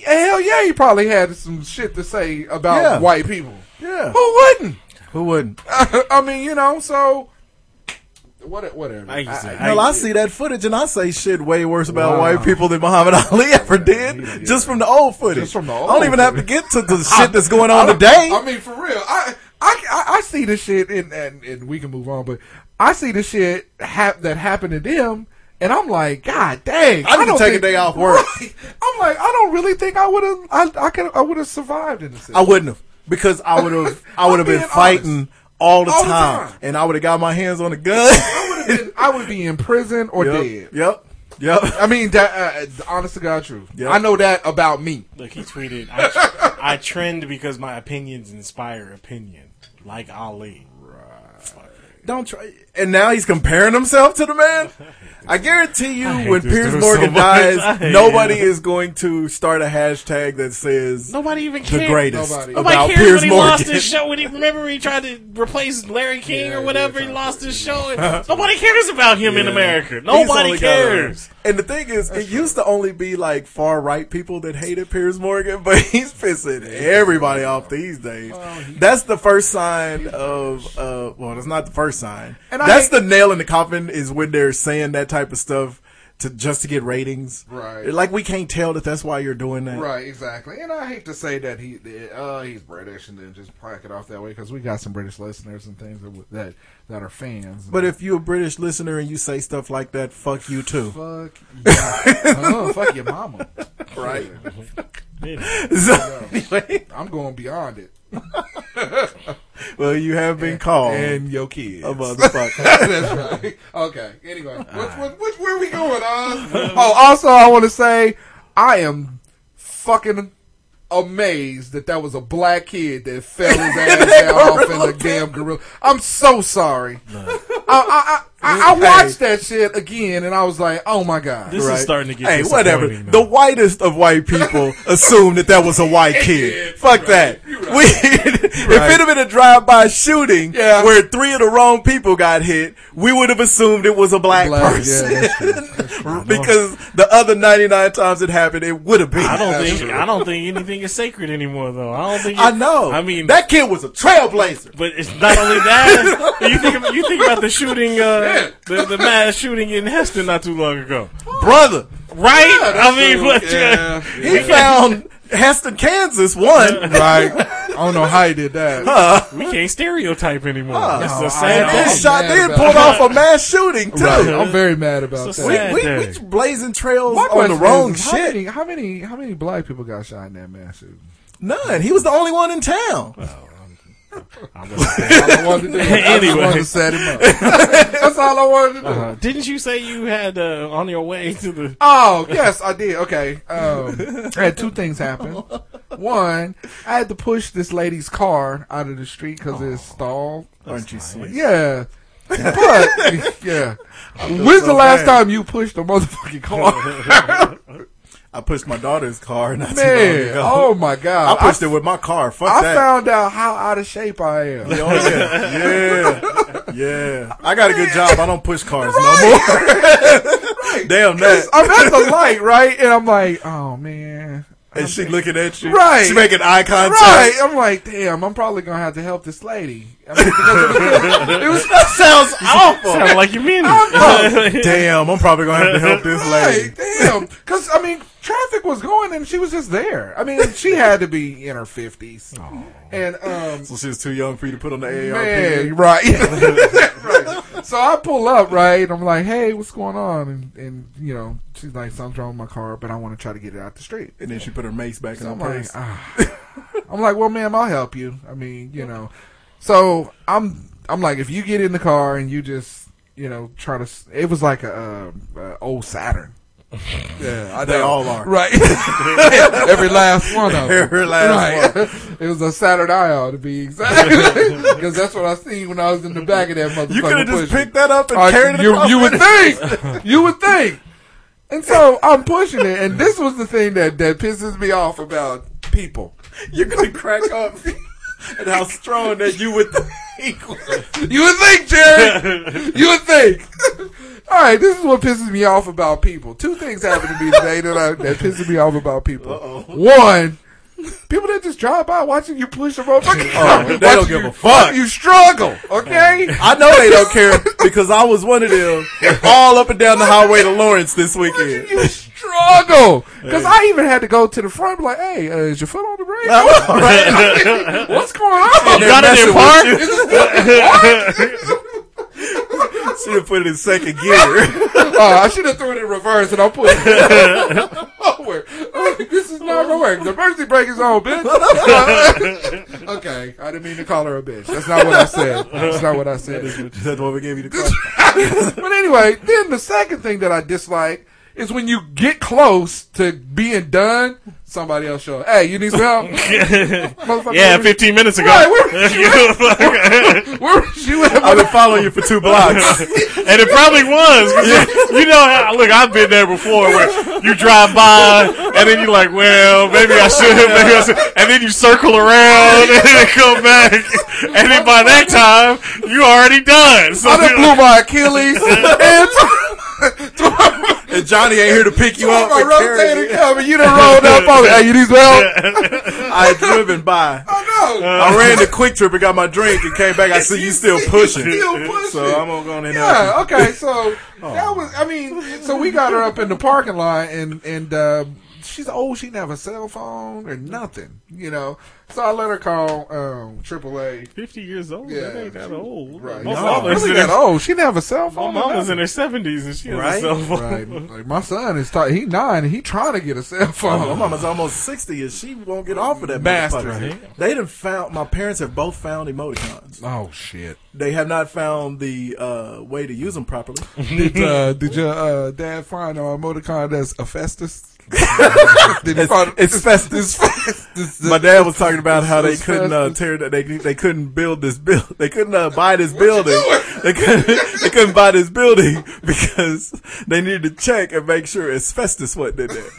hell yeah, he probably had some shit to say about Yeah. white people. Yeah. Who wouldn't? Who wouldn't? I mean, you know, so what? Whatever. I, can say- Hell, I see that footage and I say shit way worse about Wow. white people than Muhammad Ali ever did, just from the old footage. Just from the I old don't even have to get to the shit that's going I on don't- today. I mean, for real, I I, I, I see this shit, and, and and we can move on, but I see the shit hap- that happened to them, and I'm like, God dang, I need to don't take a think- day off work. Right. I'm like, I don't really think I would have, I I could, I would have survived in this. I wouldn't have because I would have I would have I'm been being fighting honest. all, the, All the time, time. and I would have got my hands on a gun. would have been, I would be in prison or yep, dead. yep, yep. I mean, that, uh, honest to God, truth. Yep. I know that about me. Look, he tweeted, I, I trend because my opinions inspire opinion, like Ali. Don't try. And now he's comparing himself to the man. I guarantee you, hate when this Piers dude so Morgan much. I dies, hate nobody him. is going to start a hashtag that says Nobody even the cares. greatest Nobody. about Nobody cares Piers when he Morgan. lost his show. When he remember when he tried to replace Larry King or whatever, he lost his show. Nobody cares about him in America. He's Nobody only got a- cares. and the thing is, it used to only be like far right people that hated Piers Morgan, but he's pissing everybody off these days. That's the first sign of, uh, well, that's not the first sign. And I That's think- the nail in the coffin is when they're saying that type of stuff to just to get ratings. Right. Like we can't tell that that's why you're doing that. Right, exactly. And I hate to say that he, uh, he's British, and then just pack it off that way because we got some British listeners and things that that, that are fans. But if you're a British listener and you say stuff like that, fuck you too. fuck, yeah. oh, fuck your mama. Right. So, anyway, I'm going beyond it. well, you have been called And your kids. a motherfucker. That's right. Okay. Anyway, which, which, which, where are we going, Oz? oh, also, I want to say I am fucking amazed that that was a black kid that fell his ass down off in the damn gorilla. I'm so sorry. I, I, I, I, I watched that shit again and I was like, oh my god. This is starting to get Hey, whatever. disappointing, man. The whitest of white people assumed that that was a white kid. Fuck that. We, if it had been a drive-by shooting Yeah. where three of the wrong people got hit, we would have assumed it was a black, Black, yeah, person. that's because the other 99 times it happened, it would have been. I don't think I don't think anything is sacred anymore, though. I don't think. I know. I mean, that kid was a trailblazer. But it's not only that. you think you think about the shooting, uh, the, the mass shooting in Heston not too long ago, Brother. right? I mean, but, uh, He found Heston, Kansas, one. Right. I don't know how he did that. we can't stereotype anymore. it's No, a sad I- thing. And I'm shot mad then about pulled that. off a mass shooting, too. Right. I'm very mad about So that. sad. we, Dang. we blazing trails My on the question wrong is, How shit. many, how many how many black people got shot in that mass shooting? None. He was the only one in town. That's all I wanted to do. I just Anyway. wanted to set him up. That's all I wanted to do. Uh-huh. Didn't you say you had uh, on your way to the? Oh yes, I did. Okay, um, I had two things happen. One, I had to push this lady's car out of the street because it's stalled. Aren't you sweet? Yeah. but yeah, I feel when's so the last bad. time you pushed a motherfucking car? I pushed my daughter's car not too long Man, ago. oh my god! I pushed it with my car. Fuck I that. found out how out of shape I am. Oh, yeah, yeah, yeah. I got a good job. I don't push cars no more. Damn that. I'm at the light, right? And I'm like, oh man. And she looking at you. Right. She making eye contact. Right. I'm like, damn, I'm probably going to have to help this lady. I mean, because it was, it was- That sounds awful. Sound like you mean I'm it. Damn, I'm probably gonna have to help this lady. like, damn. Because, I mean, traffic was going and she was just there. I mean, she had to be in her 50s. And, um, So she was too young for you to put on the AARP. man, right. Right. So I pull up, right? And I'm like, hey, what's going on? And, and, you know, she's like, something's wrong with my car, but I want to try to get it out the street. And then she put her mace back So in I'm her like, purse. ah. I'm like, well, ma'am, I'll help you. I mean, you know, so I'm, I'm like, if you get in the car and you just, you know, try to, s- it was like a, um, uh, old Saturn, yeah, they all are. right? Every last one of them. Every last right. one. It was a Saturn Ion to be exact, because that's what I seen when I was in the back of that motherfucker. You could have just pushing. picked that up and I- carried it you, across you would the- think. You would think. And so I'm pushing it, and this was the thing that, that pisses me off about people. You're gonna crack up and how strong that you would think. You would think, Jerry. You would think. All right, this is what pisses me off about people. Two things happened to me today that, I, that pisses me off about people. One, people that just drive by watching you push a motherfucker. Oh, they don't watching give you- a fuck. Oh. You struggle, okay? I know they don't care because I was one of them all up and down the highway to Lawrence this Watching weekend. you struggle. Because I even had to go to the front, be like, hey, uh, is your foot on the brake? What's going on? They're messing with you. Is this- what? Should have put it in second gear. Oh, I should have thrown it in reverse and I'll put it forward. this is not gonna work. The emergency brake is on, bitch. okay, I didn't mean to call her a bitch. That's not what I said. That's not what I said. That's why we gave you the car. but anyway, then the second thing that I dislike is when you get close to being done, somebody else show up. Hey, you need some help? Motherfucker, yeah, where- 15 minutes ago. Right, where was You motherfucker. Where was you at? I've been following you for two blocks. and it probably was. 'cause You know, how- look, I've been there before where you drive by and then you're like, well, maybe I should have, maybe I should. And then you circle around and then come back. And then by that time, you already done. So I done you're blew my Achilles and tore my- And Johnny ain't here to pick you tore up. my and carry rotator you. cuff, and you done rolled up on me. Hey, you need some help? I had driven by. Oh no! I ran the quick trip and got my drink and came back. I see you still pushing. still pushing. So I'm gonna go in there. yeah. Okay. So Oh. that was. I mean. So we got her up in the parking lot, and and uh, she's old. She didn't have a cell phone or nothing. You know. So I let her call um, AAA. 50 years old. Yeah. that ain't that old. Right. My, No, mama's really in that her, old. She didn't have a cell my phone. or mama's in her nothing. 70s and she has a Right? cell phone. Right. Like my son is. T- he nine. And he trying to get a cell My phone. mama's almost sixty, and she won't get off of that Bastard. motherfucker. They done found. My parents have both found emoticons. Oh shit! They have not found the uh, way to use them properly. Did, uh, did your uh, dad find our emoticon that's a festus? Did he find- It's Festus. this- My dad was talking about how they It's couldn't uh, Festus. tear. They they couldn't build this build. They couldn't uh, buy this building. They couldn't. They couldn't buy this building because they needed to check and make sure it's Festus wasn't in there.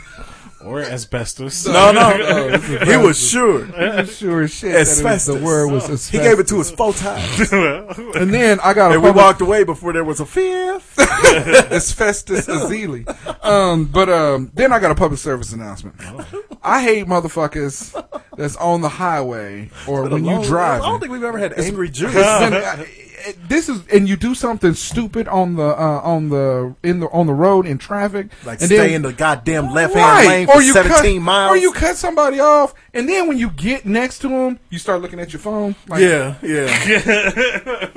Or asbestos. No, no, he was sure. I'm sure as shit that it was, Asbestos. the word was He gave asbestos. it to us four times, And then I got a and we public- walked away before there was a fifth. asbestos azili. Um, but um, then I got a public service announcement. Oh. I hate motherfuckers that's on the highway or when you Long- drive. I don't think we've ever had angry Jews. uh, this is and you do something stupid on the uh, on the in the on the road in traffic Like and stay then- in the goddamn left hand lane for seventeen cut, miles. Or you cut somebody off, and then when you get next to them, you start looking at your phone. Like, yeah, yeah.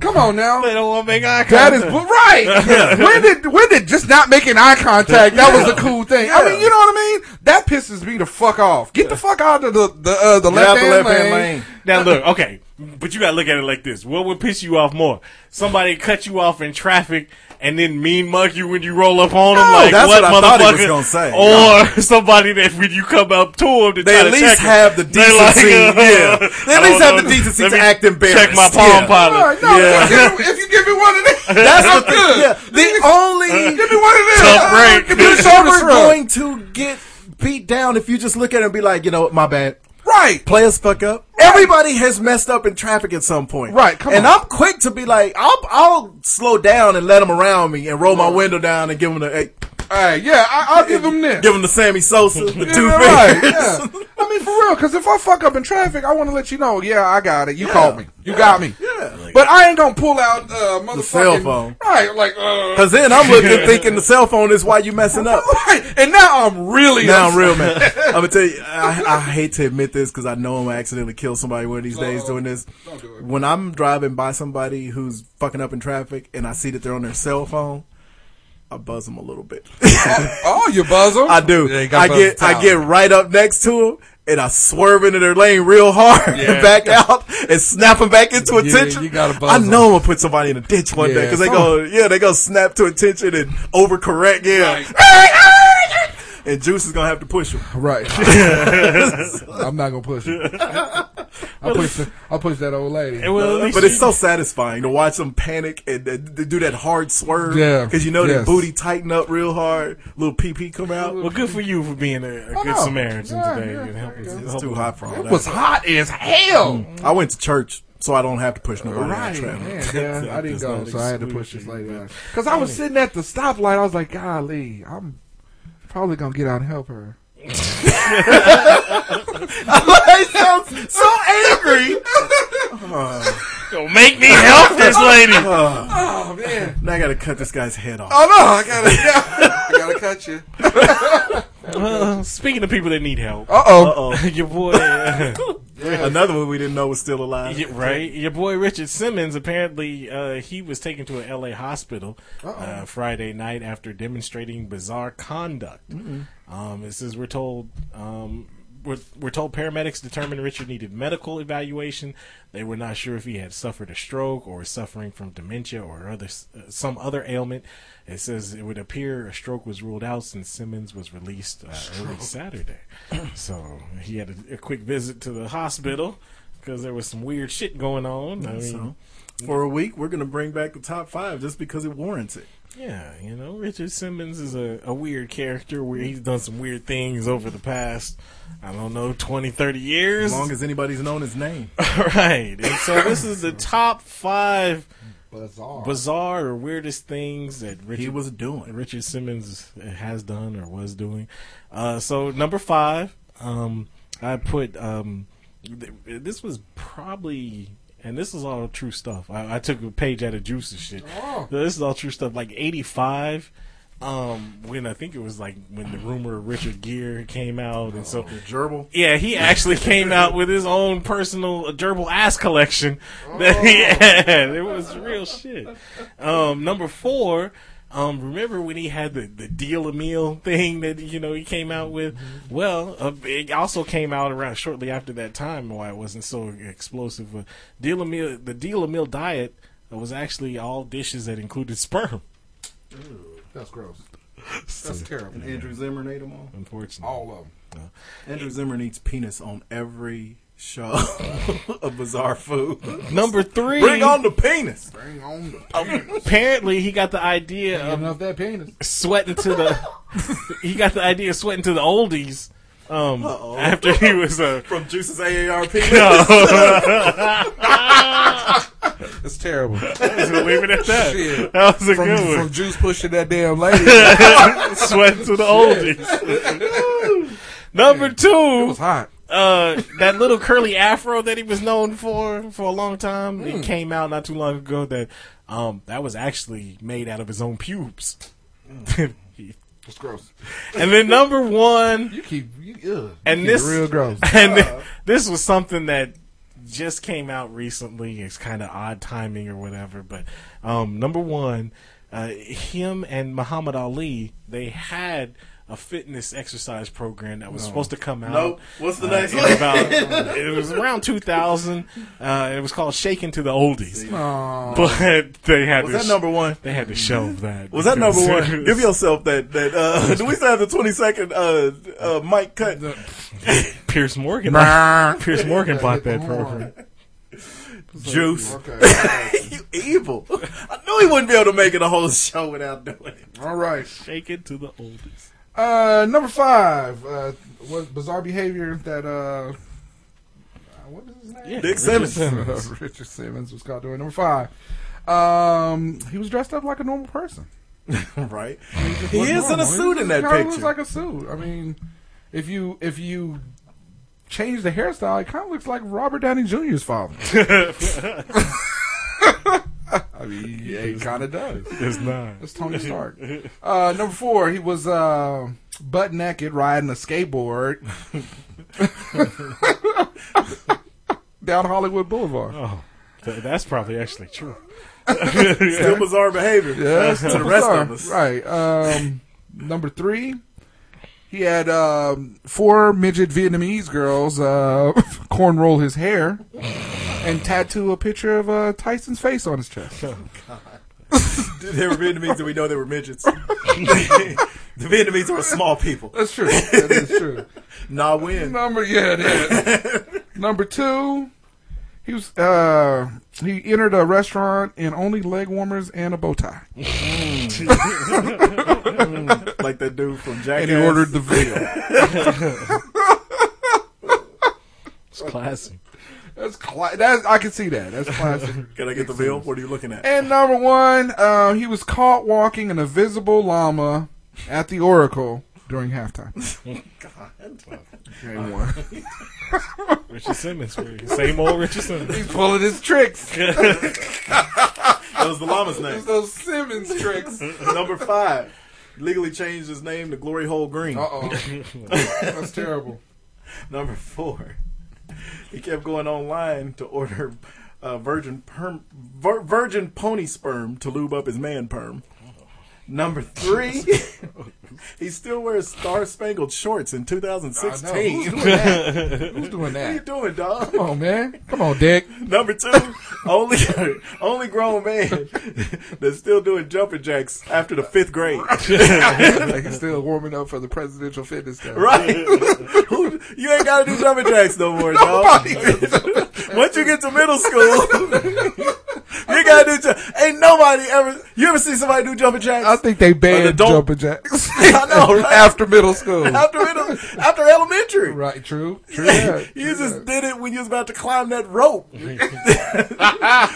Come on now. They don't want to make eye That contact. is bu- right. When did when did just not making eye contact? That was a cool thing. I mean, you know what I mean. That pisses me the fuck off. Get the fuck out of the the uh, the out left the hand left-hand lane. lane. Now look, okay, but you gotta look at it like this: What would piss you off more? Somebody cut you off in traffic and then mean mug you when you roll up on them, No, like that's what, what I thought he was motherfucker? gonna say. Or somebody that when you come up to them, to They try at to least check 'em, have the they like, decency, uh, yeah. I They at least don't have the know. decency Let to me act Check my embarrassed. palm Yeah. pilot. Alright, no, yeah. if If you give me one of these, I'm That's the thing. good. Yeah, the uh, only Uh, Give me one of them. Tough Uh, break. Give me a You're shoulder never shrug. going to get beat down if you just look at it and be like, you know, what, my bad. Right. Players fuck up. Everybody has messed up in traffic at some point. Right, come and on. I'm quick to be like, I'll I'll slow down and let them around me and roll my window down and give them the hey, Hey, yeah, I, I'll give them this. give them the Sammy Sosa, the Yeah, two right, fingers. yeah. I mean, for real, because if I fuck up in traffic, I want to let you know. Yeah, I got it. You called me. You got me. Yeah. But I ain't gonna pull out uh, motherfucking cell phone. Right, like uh, Cause then I'm looking, thinking the cell phone is why you messing up. and now I'm really Now I'm upset. real man. I'm gonna tell you, I, I hate to admit this because I know I'm gonna accidentally kill somebody one of these days doing this. When I'm driving by somebody who's fucking up in traffic and I see that they're on their cell phone, I buzz them a little bit. Oh, you buzz 'em? I do. Yeah, you gotta I buzz get the I town. get right up next to them and I swerve into their lane real hard Yeah. and back out and snap them back into Yeah, attention. you gotta buzz I 'em. know I'm gonna put somebody in a ditch one day 'cause Yeah. day because they go yeah they go snap to attention and overcorrect yeah. And Juice is gonna have to push him. Right. I'm not gonna push it. I push. The, I push that old lady. It will at least But it's you- so satisfying to watch them panic and uh, they do that hard swerve. Yeah. Because you know Yes. that booty tighten up real hard, little PP come out. Well, good for you for being a, a good know. Samaritan Yeah, today. yeah, and helping- It's too helping- hot for all It that. was hot as hell. I went to church, so I don't have to push nobody Right, in Oh, man, traffic. yeah, I didn't That's go, not so I had to push this exclusion, lady but- out. Because I was sitting at the stoplight, I was like, "Golly, I'm probably gonna get out and help her." I sound so angry. Don't make me help this lady. Oh man! Now I gotta cut this guy's head off. Oh no, I gotta, yeah, I gotta cut you. Uh, speaking of people that need help, Uh oh. your boy, uh, Another one we didn't know was still alive. y- right? Your boy Richard Simmons apparently uh, he was taken to an L.A. hospital uh, Friday night after demonstrating bizarre conduct. Um, this is we're told. Um, we're, we're told paramedics determined Richard needed medical evaluation. They were not sure if he had suffered a stroke or was suffering from dementia or other s- uh, some other ailment. It says it would appear a stroke was ruled out since Simmons was released uh, early Saturday. So he had a, a quick visit to the hospital because there was some weird shit going on. I mean, So, for a week, we're gonna bring back the top five just because it warrants it. Yeah, you know, Richard Simmons is a, a weird character where he's done some weird things over the past, I don't know, 20, 30 years. As long as anybody's known his name. right. And so this is the top five Bizarre. bizarre or weirdest things that Richard, He was doing. Richard Simmons has done or was doing. Uh, so number five, um, I put um, th- this was probably. And this is all true stuff. I, I took a page out of Juice's shit. This is all true stuff. Like '85, um, when I think it was like when the rumor of Richard Gere came out, and so Gerbil. yeah, he actually came out with his own personal gerbil ass collection. That he Oh. had. It was real shit. Um, number four, um, remember when he had the, the deal a meal thing that you know he came out with? Mm-hmm. Well, uh, it also came out around shortly after that time. Why it wasn't so explosive? But deal a meal, the deal a meal diet uh, was actually all dishes that included sperm. That's gross. That's terrible. Andrew Zimmer ate them all. Unfortunately, All of them. Andrew Zimmer needs penis on every show of bizarre food. number three. Bring on the penis. Bring on the penis. apparently, he got the idea of Enough that penis. sweating to the he got the idea of sweating to the oldies um after he was uh From Juice's AARP. That's terrible. leave it at that Shit. that was a From, good from one juice pushing that damn lady. sweating to the oldies number It two was hot. uh that little curly afro that he was known for for a long time it came out not too long ago that um that was actually made out of his own pubes It's gross. and then number one You keep. You, ugh. And You keep it this- real gross. and th- this was something that just came out recently. It's kind of odd timing or whatever, but um, number one, uh, him and Muhammad Ali, they had a fitness exercise program that was supposed to come out. Nope. What's the next in one? About, it was around 2000. Uh, it was called Shaken to the Oldies. Aw. But they had Was to that sh- number one? They had to shelve that. Was that number because it one? was- Give yourself that. That uh, do we still have the twenty second uh, uh, mic cut? Pierce Morgan. Brr. Pierce Morgan bought that program. Juice. you evil. I knew he wouldn't be able to make it a whole show without doing it. All right. Shake it to the oldies. Uh, number five. Uh, was bizarre behavior that uh, what is his name? Yeah, Dick Simmons. Uh, Richard Simmons was caught doing number five. Um, he was dressed up like a normal person. right? just He wasn't is in a normal. suit He in that kinda picture. Looks like a suit. I mean, if you if you change the hairstyle, it kind of looks like Robert Downey Jr.'s father. I mean, yeah, it kind of does. It's not. It's Tony Stark. Uh, number four, he was uh, butt naked riding a skateboard down Hollywood Boulevard. Oh, th- that's probably actually true. Still bizarre behavior. Yeah, to the rest bizarre. of us. Right. Um, number three, he had um, four midget Vietnamese girls uh, cornroll his hair and tattoo a picture of uh, Tyson's face on his chest. They were Vietnamese, and we know they were midgets. the Vietnamese are small people. That's true. That is true. Nah, win. Number yeah, it is. number two, he was uh, he entered a restaurant in only leg warmers and a bow tie, Like that dude from Jackass. and he ordered the veal. It's classic. That's cla- that I can see that. That's classic. Can I get the bill? What are you looking at? And number one, um, he was caught walking an invisible llama at the Oracle during halftime. Game one. Richard Simmons. really. Same old Richard Simmons. He's pulling his tricks. That was the llama's name. It's those Simmons tricks. Uh Number five. Legally changed his name to Glory Hole Green. oh. That's terrible. Number four, he kept going online to order uh, virgin perm, vir, virgin pony sperm to lube up his man perm. Number three, he still wears star spangled shorts in I know. Who's 2016. doing that? Who's doing What are you that? doing, dog? Come on, man. Come on, Dick. Number two, only only grown man that's still doing jumping jacks after the fifth grade. like he's still warming up for the presidential fitness test. Right? Who- you ain't got to do jumping jacks no more, dog. Nobody does Once you get to middle school, you got to do. ju- Ain't nobody ever. You ever see somebody do jumping jacks? I think they banned adult- jumping jacks I know, right? after middle school. after middle, after elementary. right? True. True. that. You just did it when you was about to climb that rope,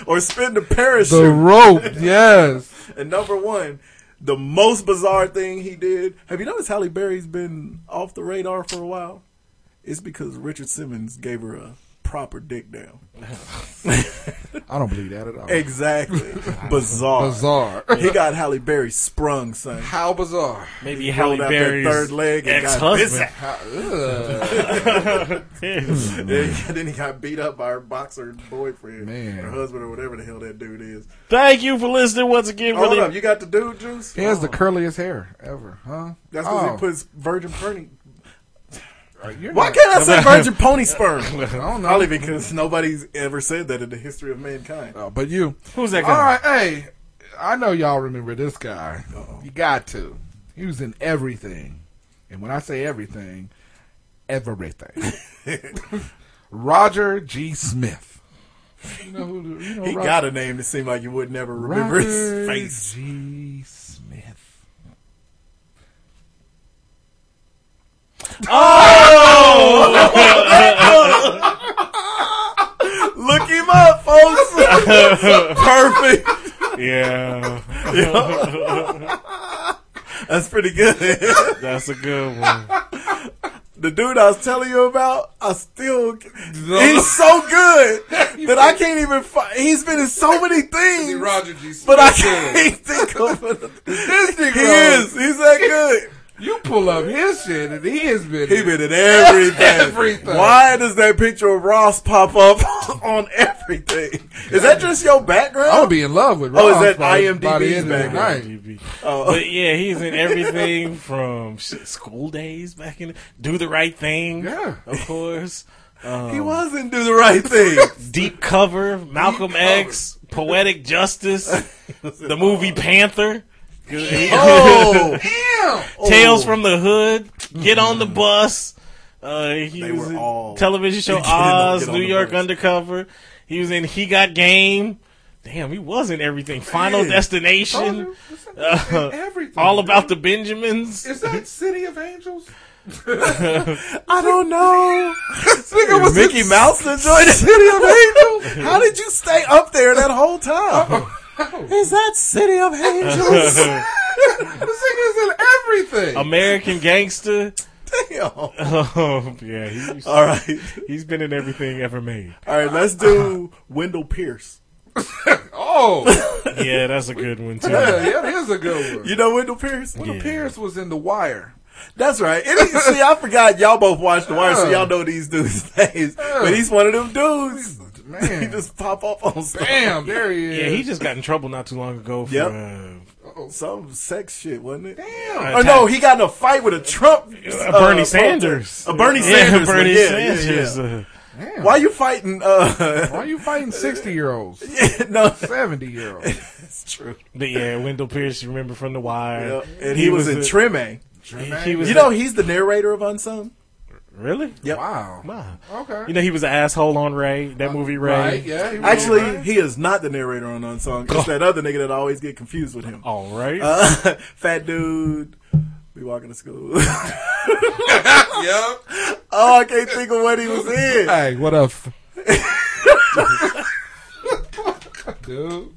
or spin the parachute. The rope. Yes. and number one, the most bizarre thing he did. Have you noticed Halle Berry's been off the radar for a while? It's because Richard Simmons gave her a proper dick down. I don't believe that at all. Exactly. Bizarre. Bizarre. He got Halle Berry sprung, son. How bizarre. Maybe Halle Rolled out that Berry's third leg and got ex-husband. bit- Yeah, then he got beat up by her boxer boyfriend, Man. her husband, or whatever the hell that dude is. Thank you for listening once again. Hold Really, up, you got the dude juice? Oh, He has the curliest hair ever, huh? That's because Oh. he puts virgin pony. You're Why not- can't I say virgin pony sperm? I don't know. Probably because nobody's ever said that in the history of mankind. Oh, but you. who's that All Oh. guy? right, hey, I know y'all remember this guy. You got to. He was in everything, and when I say everything, everything. Roger G. Smith. You know who? You know He Ro- got a name that seemed like you would never remember Roger his face. G. Smith. Look him up, folks. Perfect. Yeah, That's pretty good. that's a good one. the dude I was telling you about, I still he's so good that I can't even. Fi- he's been in so many things, Roger G. Smith. but I can't think of it. This He nigga. is. He's that good. You pull up his shit, and he has been he been in everything. everything. Why does that picture of Ross pop up on everything? Is that just your background? I'll be in love with Ross. Oh, is that IMDb's background? IMDb. Oh. But yeah, he's in everything from shit, school days back in. Do the right thing. Yeah, of course. Um, he wasn't do the right thing. Deep cover, Malcolm Deep X, cover. Poetic Justice, the movie Panther. oh, hell. Tales oh. from the Hood, Get on the Mm. Bus. Uh, he they was in all television show Oz, the, New York bus. Undercover. He was in He Got Game. Damn, he was in everything. Final Man. Destination. You, uh, everything. All about the Benjamins. Is that City of Angels? I don't know. nigga was Mickey Mouse enjoyed it. City of Angels. How did you stay up there that whole time? Uh-oh. Is that City of Angels? the singer's in everything. American Gangster. Damn. Oh, yeah. He's, All right. He's been in everything ever made. All right, let's do Wendell Pierce. oh. Yeah, that's a good one, too. Yeah, yeah, that is a good one. You know Wendell Pierce? Wendell yeah. Pierce was in The Wire. That's right. And he, see, I forgot y'all both watched The Wire, so y'all know these dudes' names. But he's one of them dudes man. he just pop up on stuff. Bam, there he is. Yeah, he just got in trouble not too long ago for yep. uh, some sex shit, wasn't it? Damn. Uh, oh no, he got in a fight with a Trump, uh, Bernie Sanders, a Bernie Sanders, yeah, Bernie Sanders. Uh, Yeah, yeah, Damn. Why you fighting? Uh, Why you fighting sixty year olds? Yeah, no, seventy year olds. That's true. But yeah, Wendell Pierce, you remember from The Wire, and he, he was, was, in a, Treme. Treme. He, he was you know, he's the narrator of Unsung. Really? Yep. Wow. Wow. Okay. You know he was an asshole on Ray, that uh, movie Ray. Right, yeah. He Actually, right. he is not the narrator on Unsung. It's that other nigga that I always get confused with him. All right. Uh, fat dude. We walking to school. yep. Oh, I can't think of what he was in. Hey, what up? dude.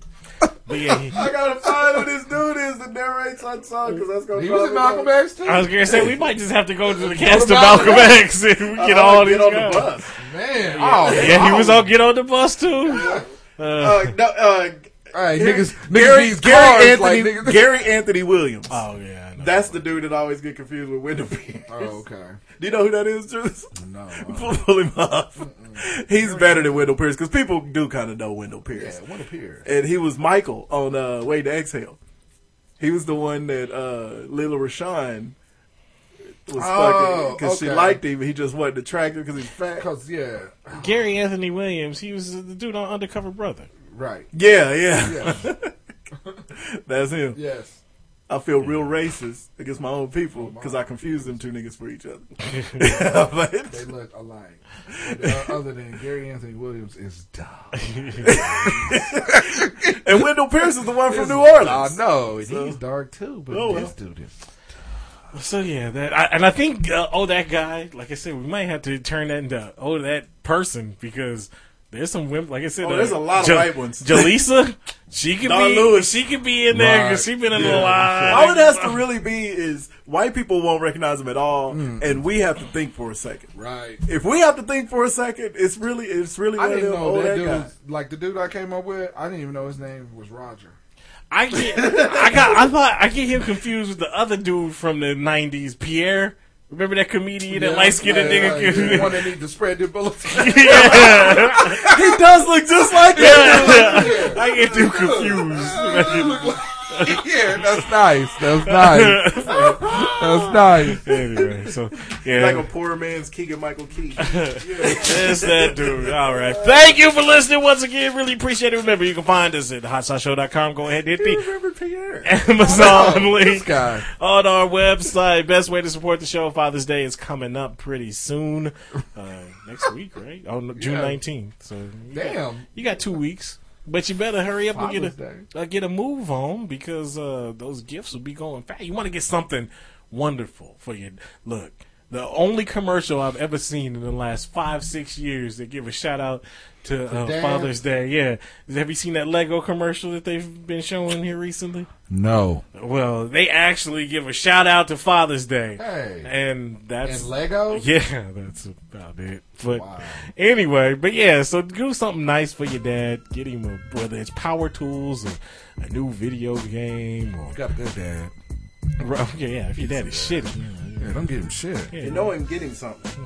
Yeah, he, I gotta find who this dude is that narrates that song because that's gonna. He was in Malcolm down. X too. I was gonna say we might just have to go to the cast to Malcolm of Malcolm X, X and we get uh, all get these on guys. the bus. Man, yeah. oh yeah, he was on get on the bus too. Uh, uh, no, uh, all right, Oh, niggas, niggas Gary, Gary Anthony, like niggas. Gary Anthony Williams. Oh yeah, that's the dude that I always get confused with Wendell Pierce. Oh okay. Do you know who that is, Juice? No. Pull him up. Mm-mm. He's better than Wendell Pierce because people do kind of know Wendell Pierce. Yeah, Wendell Pierce. And he was Michael on uh, Way to Exhale. He was the one that uh, Lila Rashawn was Oh, fucking because she okay. liked him. He just wasn't attractive because he's fat. Cause yeah, Gary Anthony Williams. He was the dude on Undercover Brother. right. Yeah, yeah. Yes. That's him. yes. I feel real racist against my own people because I confuse them two niggas for each other. but, They look alike. But, uh, other than Gary Anthony Williams is dumb. and Wendell Pierce is the one from New Orleans. I know and he's dark too, but Oh, well. this dude is. So yeah, that I, and I think uh, oh that guy, like I said, we might have to turn that into oh that person because there's some women, like I said, Oh, there's a lot of white ones. Jalisa, she could Don be, Lewis. she could be in there because Right. she's been in a Yeah. lot. All it has to really be is white people won't recognize them at all, Mm. and we have to think for a second. Right. If we have to think for a second, it's really, it's really. I one of didn't them, know oh, that that dude. guy. Was, like the dude I came up with, I didn't even know his name was Roger. I get, I got, I thought I get him confused with the other dude from the '90s, Pierre. Remember that comedian, that light skinned nigga? yeah, the one that need to spread the bullets. yeah, he does look just like yeah. that. dude. I get him confused. yeah, that's nice. That's nice. That's nice. anyway, so Like yeah, a poor man's Keegan Michael Key. That's that dude. All right. Thank you for listening once again. Really appreciate it. Remember, you can find us at hotshotshow.com. Go ahead and hit the Remember Pierre? Amazon link guy. on our website. Best way to support the show. Father's Day is coming up pretty soon. Uh, next week, right? On June Yeah. 19th. So you got- Damn. you got two weeks. But you better hurry up and get Father's a uh, get a move on because uh, those gifts will be going fast. You want to get something wonderful for your look. The only commercial I've ever seen in the last five six years that give a shout out to uh, dad? Father's Day. Yeah, have you seen that Lego commercial that they've been showing here recently? No. Well, they actually give a shout out to Father's Day. Hey. And that's And Lego? Yeah, that's about it. But Wow. anyway, but yeah, so do something nice for your dad. Get him a, whether it's power tools or a new video game or Got a good dad. Right, okay, yeah, if your daddy's shitty. You know, yeah, don't get him shit. You know I'm getting something.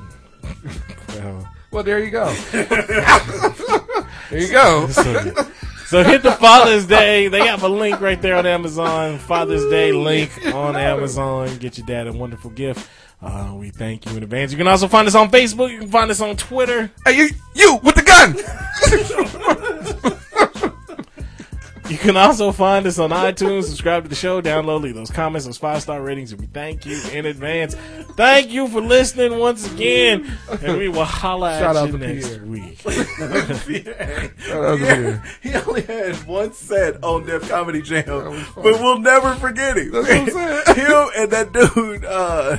Well, well, there you go. there you go. So hit the Father's Day. They have a link right there on Amazon. Father's Day link on Amazon. Get your dad a wonderful gift. Uh, we thank you in advance. You can also find us on Facebook. You can find us on Twitter. Hey, you, you with the gun. You can also find us on iTunes. Subscribe to the show. Download. Leave those comments. Those five star ratings. And we thank you in advance. Thank you for listening once again. And we will holla at Shout out you to next Pierre. week. was Yeah, he only had one set on Def Comedy Jam, but we'll never forget him. Him and that dude uh,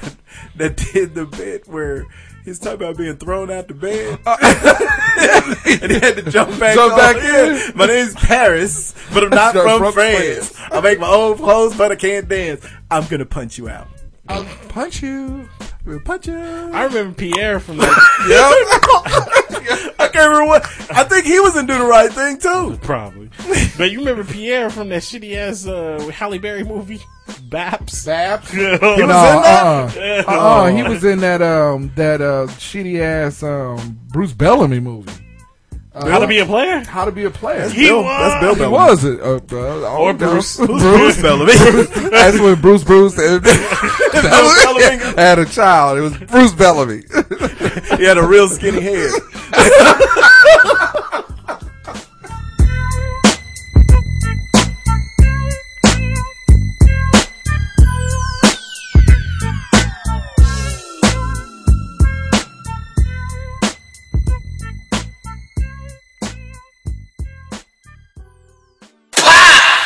that did the bit where he's talking about being thrown out the bed, and he had to jump back. Uh, Jump on. back Yeah. My name's Paris, but I'm not Not from, from France. I make my own clothes, but I can't dance. I'm gonna punch you out. I'll punch you. We'll punch you. I remember Pierre from that. I can't remember what. I think he was in Do the Right Thing too. Probably. But you remember Pierre from that shitty ass uh, Halle Berry movie? Baps? Baps. He was no, in uh-uh. Uh-uh, he was in that um that uh shitty ass um Bruce Bellamy movie. Uh, How to be a player? How to be a player. He Bill- was. that's Bill He Bellamy. was it? Uh, uh, Or oh, Bruce. Bruce. Bruce Bellamy. That's when Bruce Bruce and, Bellamy. had a child. It was Bruce Bellamy. he had a real skinny head.